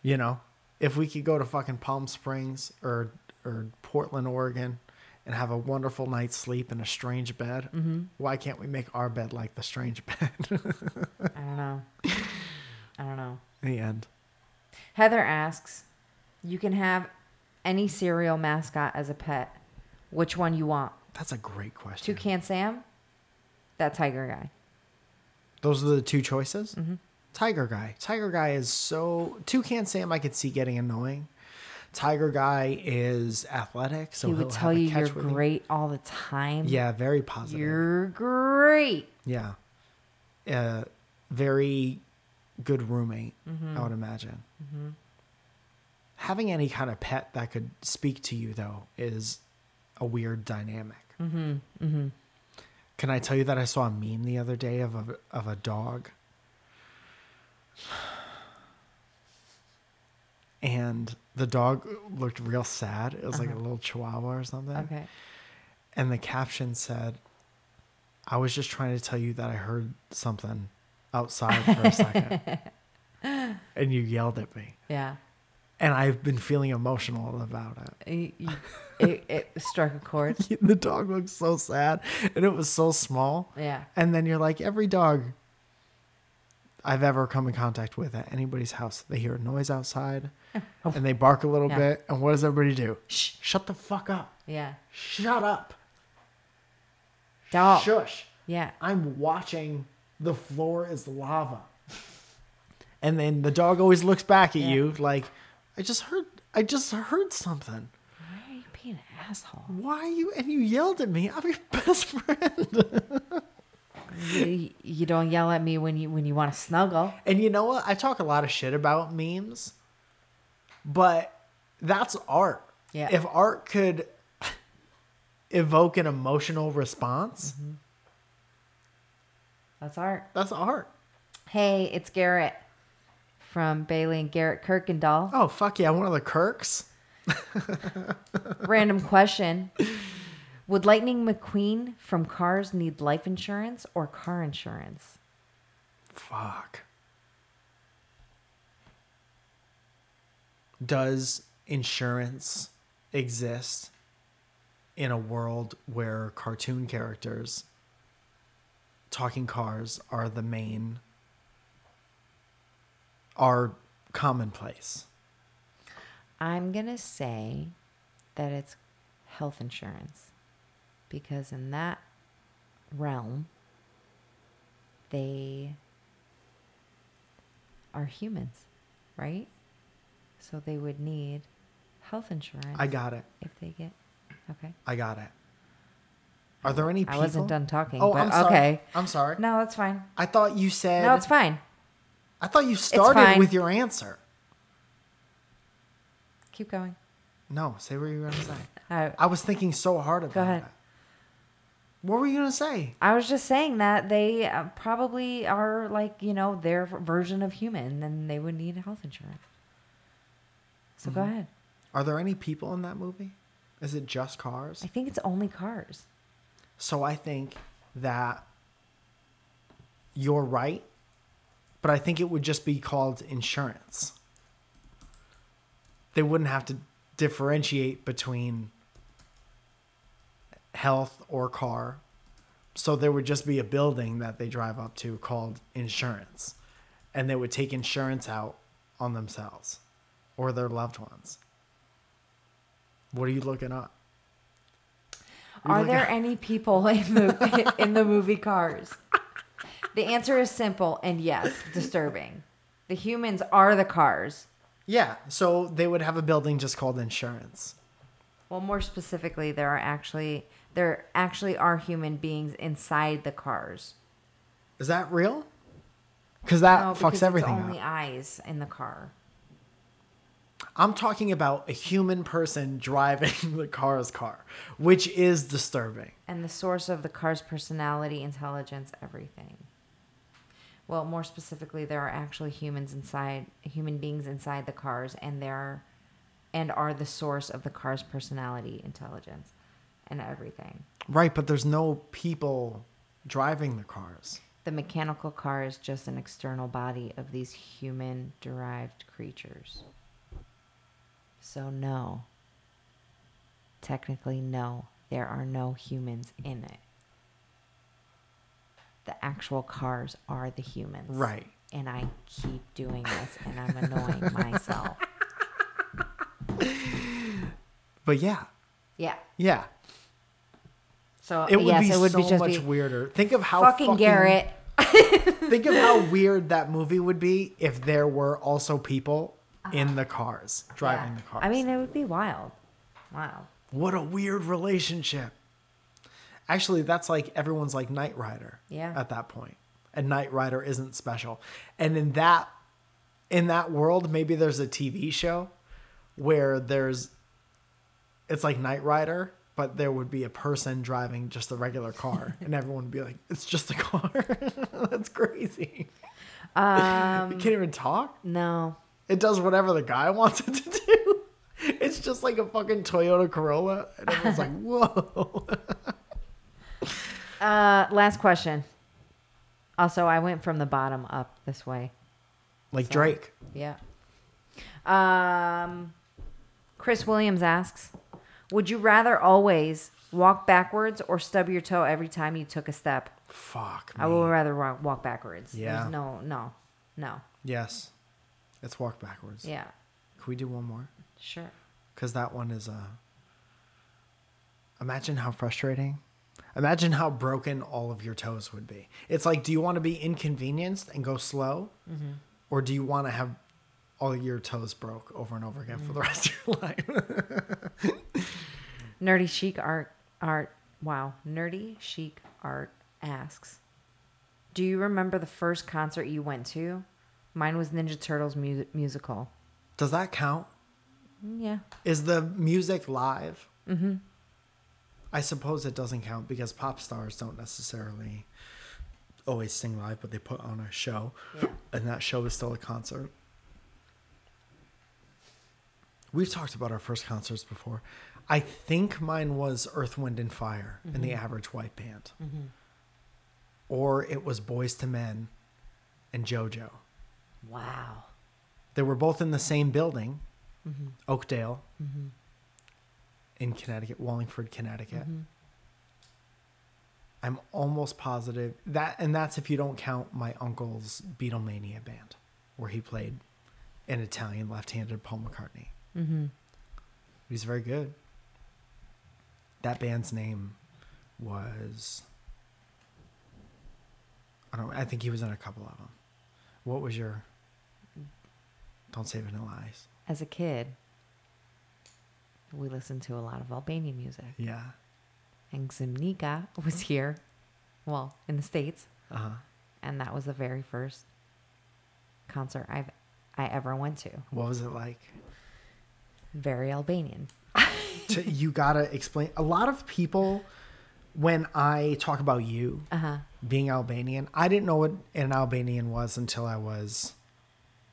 You know, if we could go to fucking Palm Springs or or Portland, Oregon, and have a wonderful night's sleep in a strange bed,
Mm-hmm.
why can't we make our bed like the strange bed?
I don't know. I don't know.
the end.
Heather asks, "You can have any cereal mascot as a pet. Which one you want?
That's a great question.
Toucan Sam, that tiger guy.
Those are the two choices.
Mm-hmm.
Tiger Guy. Tiger Guy is so. Toucan Sam, I could see getting annoying. Tiger Guy is athletic, so
he
he will
would tell
Oh, have
you
a catch
you're
with him.
great all the time.
Yeah, very positive.
you're great.
Yeah. Uh, very good roommate, I would imagine. Having any kind of pet that could speak to you, though, is a weird dynamic. Mm-hmm. Mm-hmm. Can I tell you that I saw a meme the other day of a, of a dog? And the dog looked real sad. It was like a little chihuahua or something.
Okay,
And the caption said, I was just trying to tell you that I heard something outside for a second. and you yelled at me.
yeah.
And I've been feeling emotional about it.
It, you- it, it struck a chord.
The dog looked so sad and it was so small.
Yeah.
And then you're like, every dog I've ever come in contact with at anybody's house, they hear a noise outside and they bark a little
Yeah.
bit. And what does everybody do? Shh, shut the fuck up.
Yeah,
Shut up. Oh.
dog.
Shush.
Yeah,
I'm watching the floor is lava. And then the dog always looks back at you like, I just heard I just heard something.
why are you being an asshole?
Why are you and you yelled at me? I'm your best friend.
You, you don't yell at me when you when you want to snuggle.
And you know what? I talk a lot of shit about memes, but that's art.
Yeah.
If art could evoke an emotional response,
That's art.
that's art.
Hey, it's Garrett from Bailey and Garrett Kirkendall.
Oh fuck yeah, one of the Kirks.
Random question. Would Lightning McQueen from Cars need life insurance or car insurance?
Fuck. Does insurance exist in a world where cartoon characters talking cars are the main are commonplace?
I'm going to say that it's health insurance because in that realm, they are humans, right? So they would need health insurance
I got it.
if they get. Okay.
I got it. Are there any
I
people?
wasn't done talking,
Oh,
but
I'm sorry.
okay.
I'm sorry.
No, that's fine.
I thought you said.
No, it's fine.
I thought you started
fine.
with your answer.
Keep going.
No, say what you were gonna say.
I,
I was thinking so hard about
ahead.
it. What were you gonna say?
I was just saying that they uh, probably are like, you know, their version of human and they would need health insurance. So
Mm-hmm.
go ahead.
Are there any people in that movie? Is it just cars?
I think it's only cars.
So I think that you're right, but I think it would just be called insurance. They wouldn't have to differentiate between health or car. So there would just be a building that they drive up to called insurance, and they would take insurance out on themselves or their loved ones. What are you looking up? You're
Are
looking-
there any people in the in the movie Cars? The answer is simple and yes, disturbing. The humans are the cars.
Yeah, so they would have a building just called insurance.
Well, more specifically, there are actually there actually are human beings inside the cars.
Is that real? Cause that
No, because
fucks
it's
everything
Only
up.
eyes in the car.
I'm talking about a human person driving the car's car, which is disturbing.
and the source of the car's personality, intelligence, everything. Well, more specifically, there are actually humans inside, human beings inside the cars, and they are, and are the source of the car's personality, intelligence, and everything.
Right, but there's no people driving the cars.
The mechanical car is just an external body of these human-derived creatures. So no. Technically, no. There are no humans in it. The actual cars are the humans.
Right.
And I keep doing this and I'm annoying myself.
But yeah.
Yeah.
Yeah.
So
It would
yes,
be
it would
so
be just
much
be
weirder. Think of how
fucking Garrett.
Think of how weird that movie would be if there were also people in the cars
Uh,
driving
Yeah.
the cars.
I mean, it would be wild. Wow.
What a weird relationship. Actually, that's like everyone's like Knight Rider.
Yeah.
At that point. And Knight Rider isn't special. And in that in that world, maybe there's a TV show where there's it's like Knight Rider, but there would be a person driving just a regular car and everyone would be like, It's just a car. that's crazy. Um, you can't even talk.
No.
It does whatever the guy wants it to do. It's just like a fucking Toyota Corolla. And everyone's like, whoa.
Uh, last question. Also, I went from the bottom up this way.
Like Drake.
Yeah. Um, Chris Williams asks, "Would you rather always walk backwards or stub your toe every time you took a step?"
Fuck.
I
me.
would rather walk, walk backwards.
Yeah.
There's no, no, no.
Yes. Let's walk backwards.
Yeah.
Can we do one more?
Sure.
Because that one is Uh... Imagine how frustrating. Imagine how broken all of your toes would be. It's like, do you want to be inconvenienced and go slow?
Mm-hmm.
Or do you want to have all your toes broke over and over again for
Mm.
the rest of your life?
Nerdy chic art art. Wow. Nerdy chic art asks, "Do you remember the first concert you went to? Mine was Ninja Turtles mu- musical. Mm,
Does that count?
Yeah.
Is the music live? Mm-hmm. I suppose it doesn't count because pop stars don't necessarily always sing live, but they put on a show,
Yeah.
and that show is still a concert. We've talked about our first concerts before. I think mine was Earth, Wind, and Fire in the Average White Band, or it was Boys to Men and JoJo.
Wow.
They were both in the same building, Oakdale, in Connecticut, Wallingford, Connecticut. I'm almost positive that, and that's if you don't count my uncle's Beatlemania band, where he played an Italian left-handed Paul McCartney. Mm-hmm. He's very good. That band's name was I don't. I think he was in a couple of them. What was your? Don't say Vanilla Ice.
As a kid, we listened to a lot of Albanian music.
Yeah.
And Zimnika was here, well, in the States,
Uh huh.
and that was the very first concert I've I ever went to.
What was it like?
Very Albanian.
to, you gotta explain. A lot of people, when I talk about you
Uh-huh.
being Albanian, I didn't know what an Albanian was until I was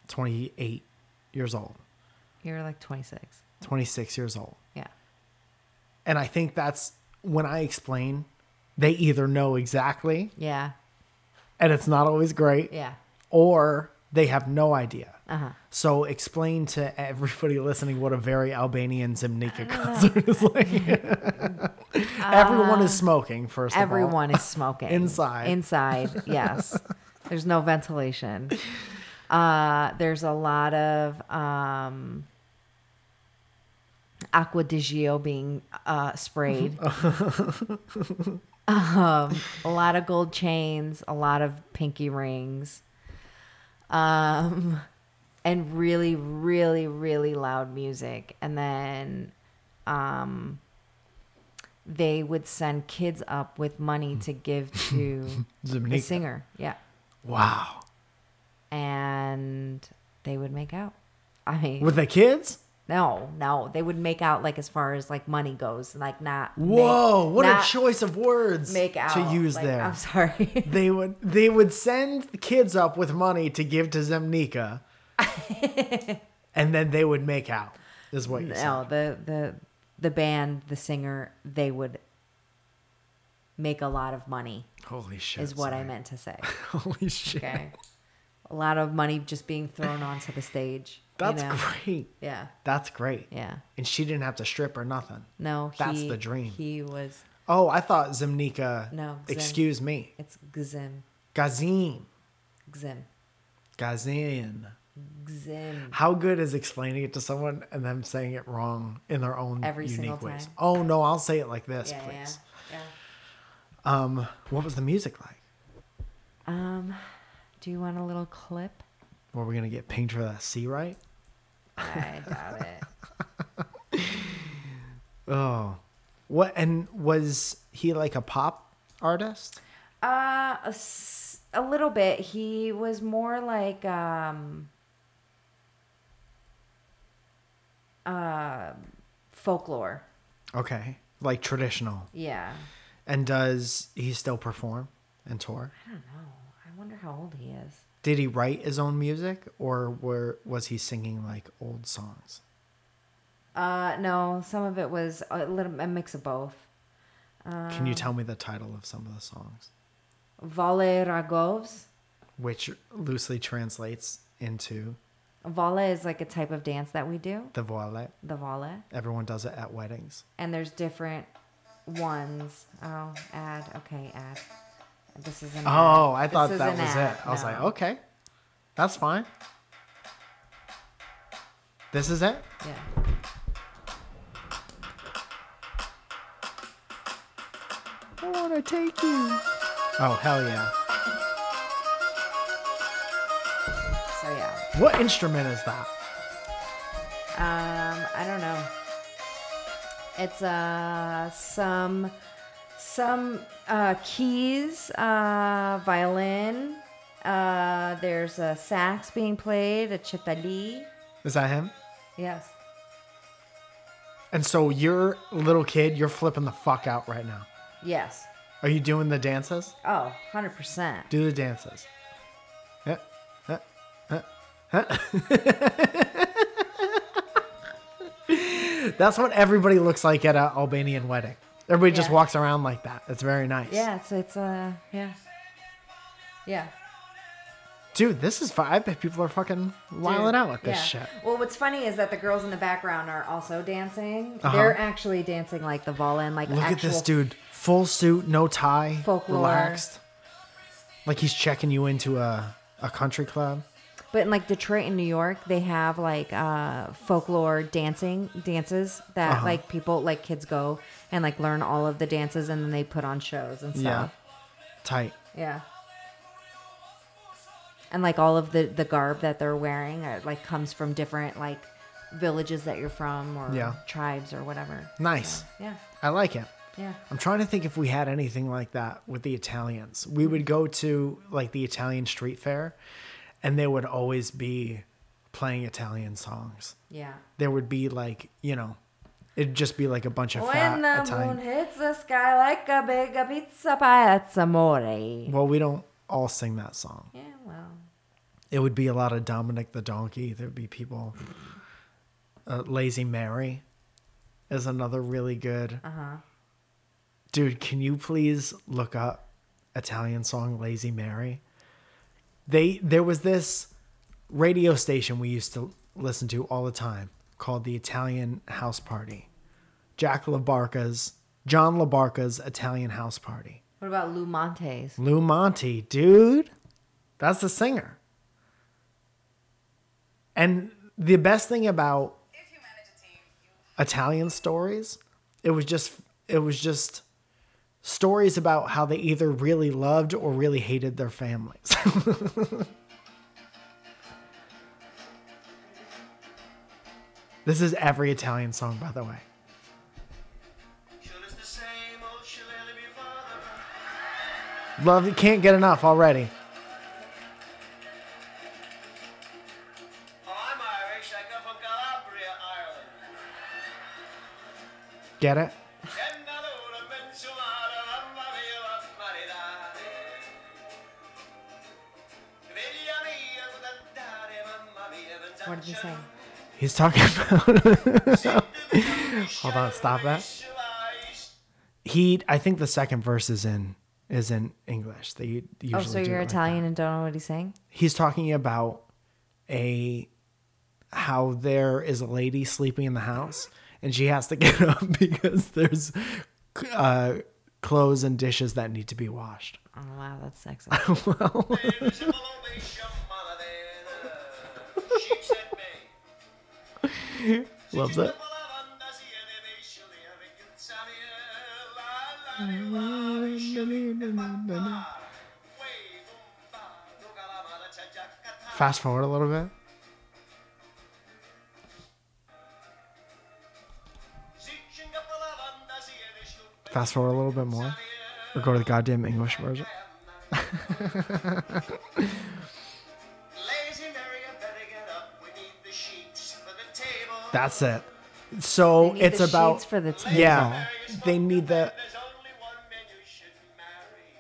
28 years old,
You're like 26.
26 years old.
Yeah.
And I think that's when I explain, they either know exactly
Yeah.
and it's not always great,
Yeah.
or they have no idea.
Uh huh.
So explain to everybody listening what a very Albanian Zimnika concert is like. everyone is smoking first. of all.
Um, Everyone is smoking
Inside.
Inside, yes. there's no ventilation. Uh, there's a lot of um, aqua di Gio being uh, sprayed. um, a lot of gold chains, a lot of pinky rings, um, and really, really, really loud music. And then they would send kids up with money to give to the
Zimnika.
singer. Yeah.
Wow.
And they would make out. I mean,
With the kids?
no, no. They would make out like as far as like money goes, like not. make-
Whoa! what
not
a choice of words
Make out
to use
Like,
there.
I'm sorry.
They would they would send the kids up with money to give to Zemnika, and then they would make out. Is what you said.
no, the the the band, the singer, they would make a lot of money.
Holy shit!
Is what I
sorry.
meant to say.
Holy shit!
Okay. a lot of money just being thrown onto the stage. you
That's
know?
great.
Yeah.
That's great.
Yeah.
And she didn't have to strip or nothing.
No,
That's
he-
the dream.
He was.
Oh, I thought Zemnika.
No, Zim.
Excuse me.
It's Gzim,
Gazim.
Gzim,
Gazin.
Gzim.
How good is explaining it to someone and them saying it wrong in their own
Every
unique
single
ways?
time.
Oh no, I'll say it like this,
Yeah, yeah,
please.
yeah.
Um, what was the music like?
Um, do you want a little clip?
Were we gonna get pinged for that C right?
I doubt it.
Oh, what? And was he like a pop artist?
Uh, a, s- a little bit. He was more like um, uh, folklore.
Okay, like traditional.
Yeah.
And does he still perform and tour?
I don't know. I wonder how old he is.
Did he write his own music, or were was he singing like old songs?
Uh, no, some of it was a little a mix of both.
Can you
Um,
tell me the title of some of the songs?
Vale Ragovs.
which loosely translates into
Vala is like a type of dance that we do,
the voile.
the vala,
Everyone does it at weddings.
and there's different ones. Oh, ad. Okay, ad. This is an.
Oh,
ad.
I
This
thought
is
that
an
was
ad.
it. I was like,
No.
okay, that's fine. This is it?
Yeah.
I want to take you. Oh, hell yeah.
So yeah.
What instrument is that?
Um, I don't know. It's uh some some uh keys, uh violin. Uh, there's a sax being played, a chitali.
Is that him?
Yes.
And so you're a little kid, you're flipping the fuck out right now.
Yes.
Are you doing the dances?
Oh, 100%.
Do the dances. Huh, huh, huh, huh. That's what everybody looks like at an Albanian wedding. Everybody just
Yeah.
walks around like that. It's very nice.
Yeah, it's it's uh yeah. Yeah.
Dude, this is fun. I bet people are fucking wiling out with this
Yeah.
shit.
Well, what's funny is that the girls in the background are also dancing.
Uh-huh.
They're actually dancing like the Volin, like
Look at
actual
this dude. Full suit, no tie,
folklore.
relaxed. Like he's checking you into a, a country club.
But in like Detroit and New York, they have like uh, folklore dancing dances that
Uh-huh.
like people like kids go and like learn all of the dances and then they put on shows and
Yeah.
stuff.
Tight.
Yeah. And like all of the the garb that they're wearing uh like comes from different like villages that you're from or
Yeah.
tribes or whatever.
Nice.
Yeah.
I like it.
Yeah.
I'm trying to think if we had anything like that with the Italians. We would go to like the Italian street fair and they would always be playing Italian songs.
Yeah.
There would be like, you know, it'd just be like a bunch of
When the
fat Italian.
moon hits the sky like a big pizza pie, that's amore.
Well, we don't all sing that song.
Yeah, well,
It would be a lot of Dominic the Donkey. There'd be people. Uh, Lazy Mary is another really good. Uh-huh. Dude, can you please look up Italian song Lazy Mary? They there was this radio station we used to listen to all the time called the Italian House Party. Jack LaBarca's John LaBarca's Italian House Party.
what about Lou Montes?
Lou Monte, dude. That's the singer. And the best thing about Italian stories, it was just it was just stories about how they either really loved or really hated their families. this is every Italian song, by the way.
Sure is the same old shillelagh before the
Love you can't get enough already.
Oh, I'm Irish. I come from Calabria, Ireland.
Get it?
Cennaluna, Menzumara, Mamma mia, la marinare. Veglia mia, cantare, mamma mia,
What did he say?
He's talking about
Hold
Hold on, stop that. He I think the second verse is in is in English. They usually
Oh, so
do
you're
it like
Italian and don't know what he's saying?
that. He's talking about a how there is a lady sleeping in the house and she has to get up because there's uh, clothes and dishes that need to be washed.
Oh, wow, that's sexy.
well,
She said me.
loves it. Fast forward a little bit. Fast forward a little bit more. Or go to the goddamn English version.
Lazy Mary, I better get up. We need the sheets for the table.
That's it. So
Need
it's
the
about
sheets for the table.
yeah. They need the
There's only one man you should marry.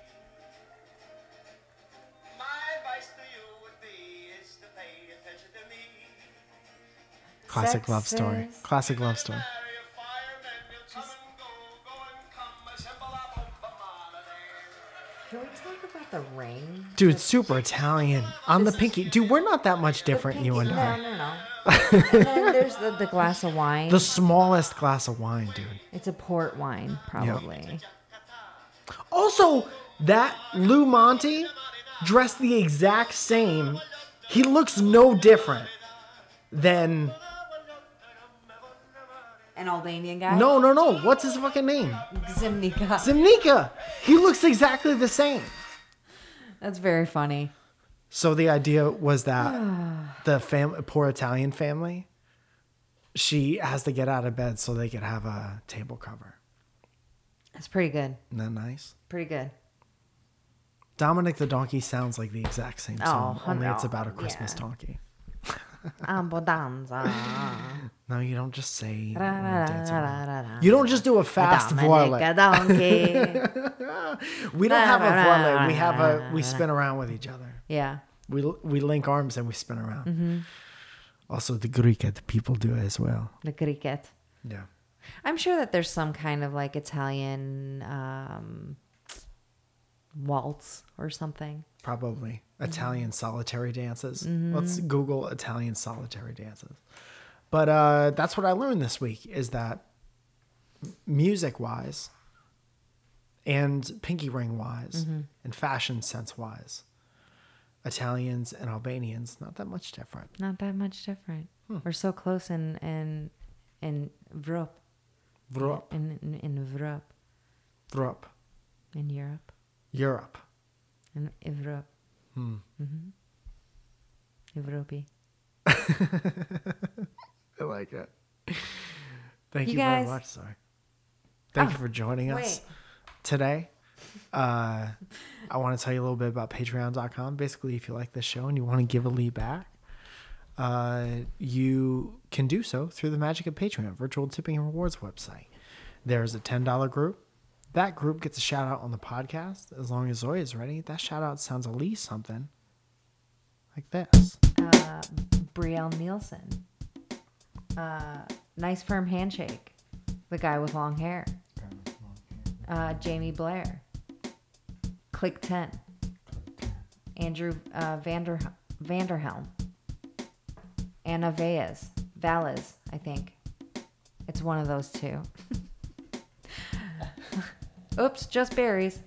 My advice to you would be is to pay attention to me.
classic love story.
Sexist.
Classic love story.
Marry a fireman, he'll come and go, go and come, a simple apple from Monterey.
Can we talk about the ring?
Dude, super Italian on the pinky. Dude, we're not that much different, you and
no,
I.
No, no, and then there's the, the glass of wine.
The smallest glass of wine, dude.
It's a port wine, probably.
Also, that Lou Monte dressed the exact same. He looks no different than
An Albanian guy?
no, no, no. What's his fucking name?
Zimnica.
Zimnika. He looks exactly the same.
that's very funny.
So the idea was that the fam- poor Italian family, she has to get out of bed so they could have a table cover.
That's pretty good.
Isn't that nice?
Pretty good. Dominic
Dominic the Donkey sounds like the exact same
Oh,
song, only
no.
it's about a Christmas
Yeah.
donkey.
Ambodanza.
No, you don't just say.
Ra,
when
ra,
you're
ra,
dancing.
ra, ra, ra.
You don't just do a fast
Dominic uh, a
voile.
donkey.
We don't have a
ra, ra,
voile. We
ra,
have
ra,
a. We spin around with each other.
yeah.
We we link arms and we spin around.
Mm-hmm.
Also, the Greek uh, the people do as well.
The cricket.
Yeah.
I'm sure that there's some kind of like Italian um, waltz or something.
Probably Italian solitary dances. Let's Google Italian solitary dances. But uh, that's what I learned this week is that music wise and pinky ring wise and fashion sense wise, Italians and Albanians, not that much different.
Not that much different. We're so close in in in Vrop
Vrop,
in in, in Vrop
Vrop,
in Europe
Europe.
in Europe. Mhm. Hmm. Mm-hmm. Evropi.
I like it. Thank you,
You
very
guys- Oh,
much, sorry. Thank you for joining us today. Uh, I want to tell you a little bit about patreon.com. Basically, if you like this show and you want to give a lead back, uh, you can do so through the magic of Patreon, virtual tipping and rewards website. There's a $10 group. That group gets a shout out on the podcast. As long as Zoe is ready, that shout out sounds at least something like this.
Uh, Brielle Nielsen. Uh, nice firm handshake. The guy with long hair. Uh, Jamie Blair. Click ten. Andrew uh, Vander Vanderhelm. Anna Veas. Valles, I think. It's one of those two. Oops, just berries.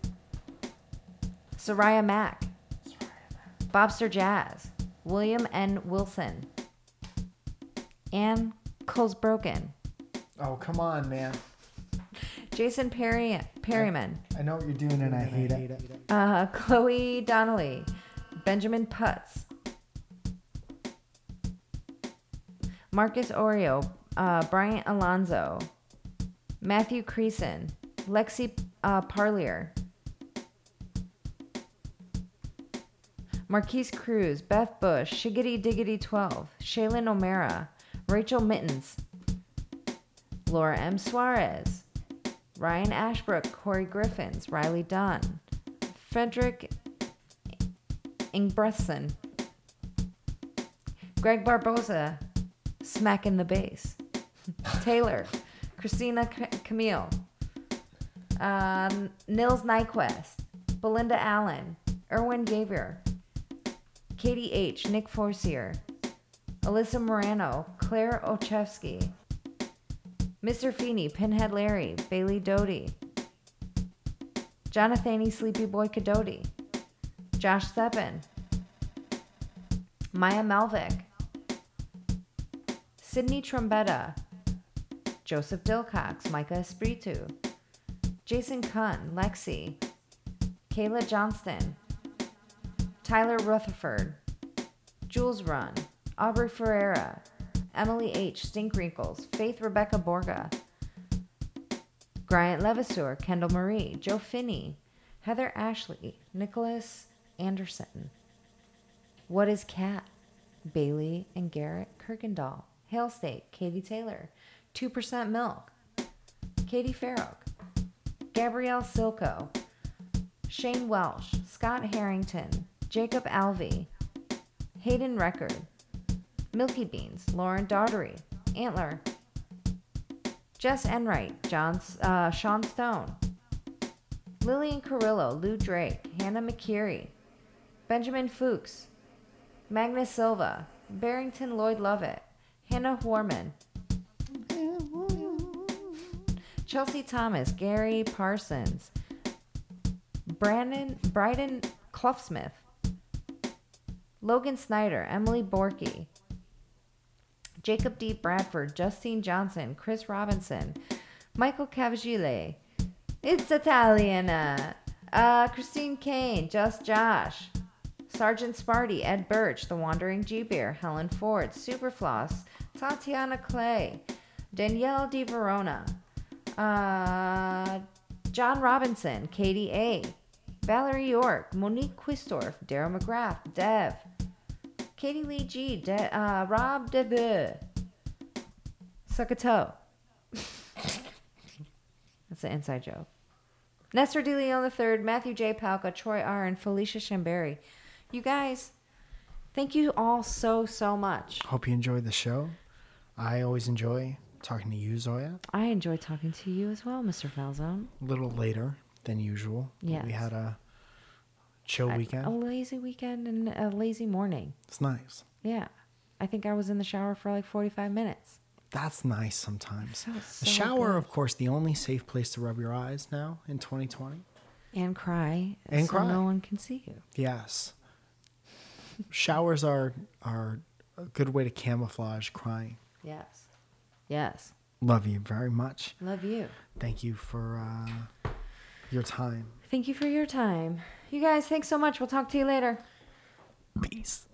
Soraya Mack. Bobster Jazz, William N. Wilson, Ann Colesbroken,
Oh, come on, man.
Jason Perry- Perryman,
I know what you're doing and I hate, it.
uh, Chloe Donnelly, Benjamin Putz, Marcus Oreo, uh, Bryant Alonzo, Matthew Creason, Lexi uh, Parlier, Marquise Cruz, Beth Bush, Shiggity Diggity 12, Shaylin O'Mara, Rachel Mittens, Laura M. Suarez, Ryan Ashbrook, Corey Griffins, Riley Dunn, Frederick Ingbreson, Greg Barbosa, Smack in the Bass, Taylor, Christina C- Camille, um, Nils Nyquist, Belinda Allen, Erwin Gavier, Katie H., Nick Forcier, Alyssa Morano, Claire Ochevsky, Mr. Feeney, Pinhead Larry, Bailey Doty, Jonathan E. Sleepy Boy Cadoti, Josh Seppin, Maya Malvik, Sydney Trombetta, Joseph Dilcox, Micah Espritu, Jason Cunn, Lexi, Kayla Johnston, Tyler Rutherford, Jules Run, Aubrey Ferreira, Emily H. Stink Wrinkles, Faith Rebecca Borga, Bryant Levasseur, Kendall Marie, Joe Finney, Heather Ashley, Nicholas Anderson. What is Cat? Bailey and Garrett Kirkendall, Hale State, Katie Taylor, 2% Milk, Katie Farrow, Gabrielle Silko, Shane Welsh, Scott Harrington, Jacob Alvey, Hayden Record, Milky Beans, Lauren Daughtery, Antler, Jess Enright, John, uh, Sean Stone, Lillian Carrillo, Lou Drake, Hannah McCary, Benjamin Fuchs, Magnus Silva, Barrington Lloyd Lovett, Hannah Warman, Chelsea Thomas, Gary Parsons, Brandon Bryden Cluffsmith, Logan Snyder, Emily Borky, Jacob D. Bradford, Justine Johnson, Chris Robinson, Michael Cavagile, It's Italiana, uh, Christine Kane, Just Josh, Sergeant Sparty, Ed Birch, The Wandering G Bear, Helen Ford, Superfloss, Tatiana Clay, Danielle Di Verona, uh, John Robinson, Katie A, Valerie York, Monique Quistorf, Daryl McGrath, Dev, Katie Lee G, De- uh, Rob DeBeu, Suck a toe. That's an inside joke. Nestor De Leon III, Matthew J. Palka, Troy R., and Felicia Shamberi. You guys, thank you all so, so much.
Hope you enjoyed the show. I always enjoy talking to you, Zoya.
I enjoy talking to you as well, Mr. Falzone.
A little later than usual. Yeah, We
Yes. oh.
had a chill weekend.
A lazy weekend and a lazy morning.
It's nice.
Yeah. I think I was in the shower for like 45 minutes.
That's nice sometimes.
That was
the
so
shower,
good.
of course, the only safe place to rub your eyes now in 2020.
And cry.
And
so
cry.
no one can see you.
Yes. Showers are are a good way to camouflage crying.
Yes. Yes.
Love you very much.
Love you.
Thank you for uh, your time.
Thank you for your time. You guys, thanks so much. We'll talk to you later.
Peace.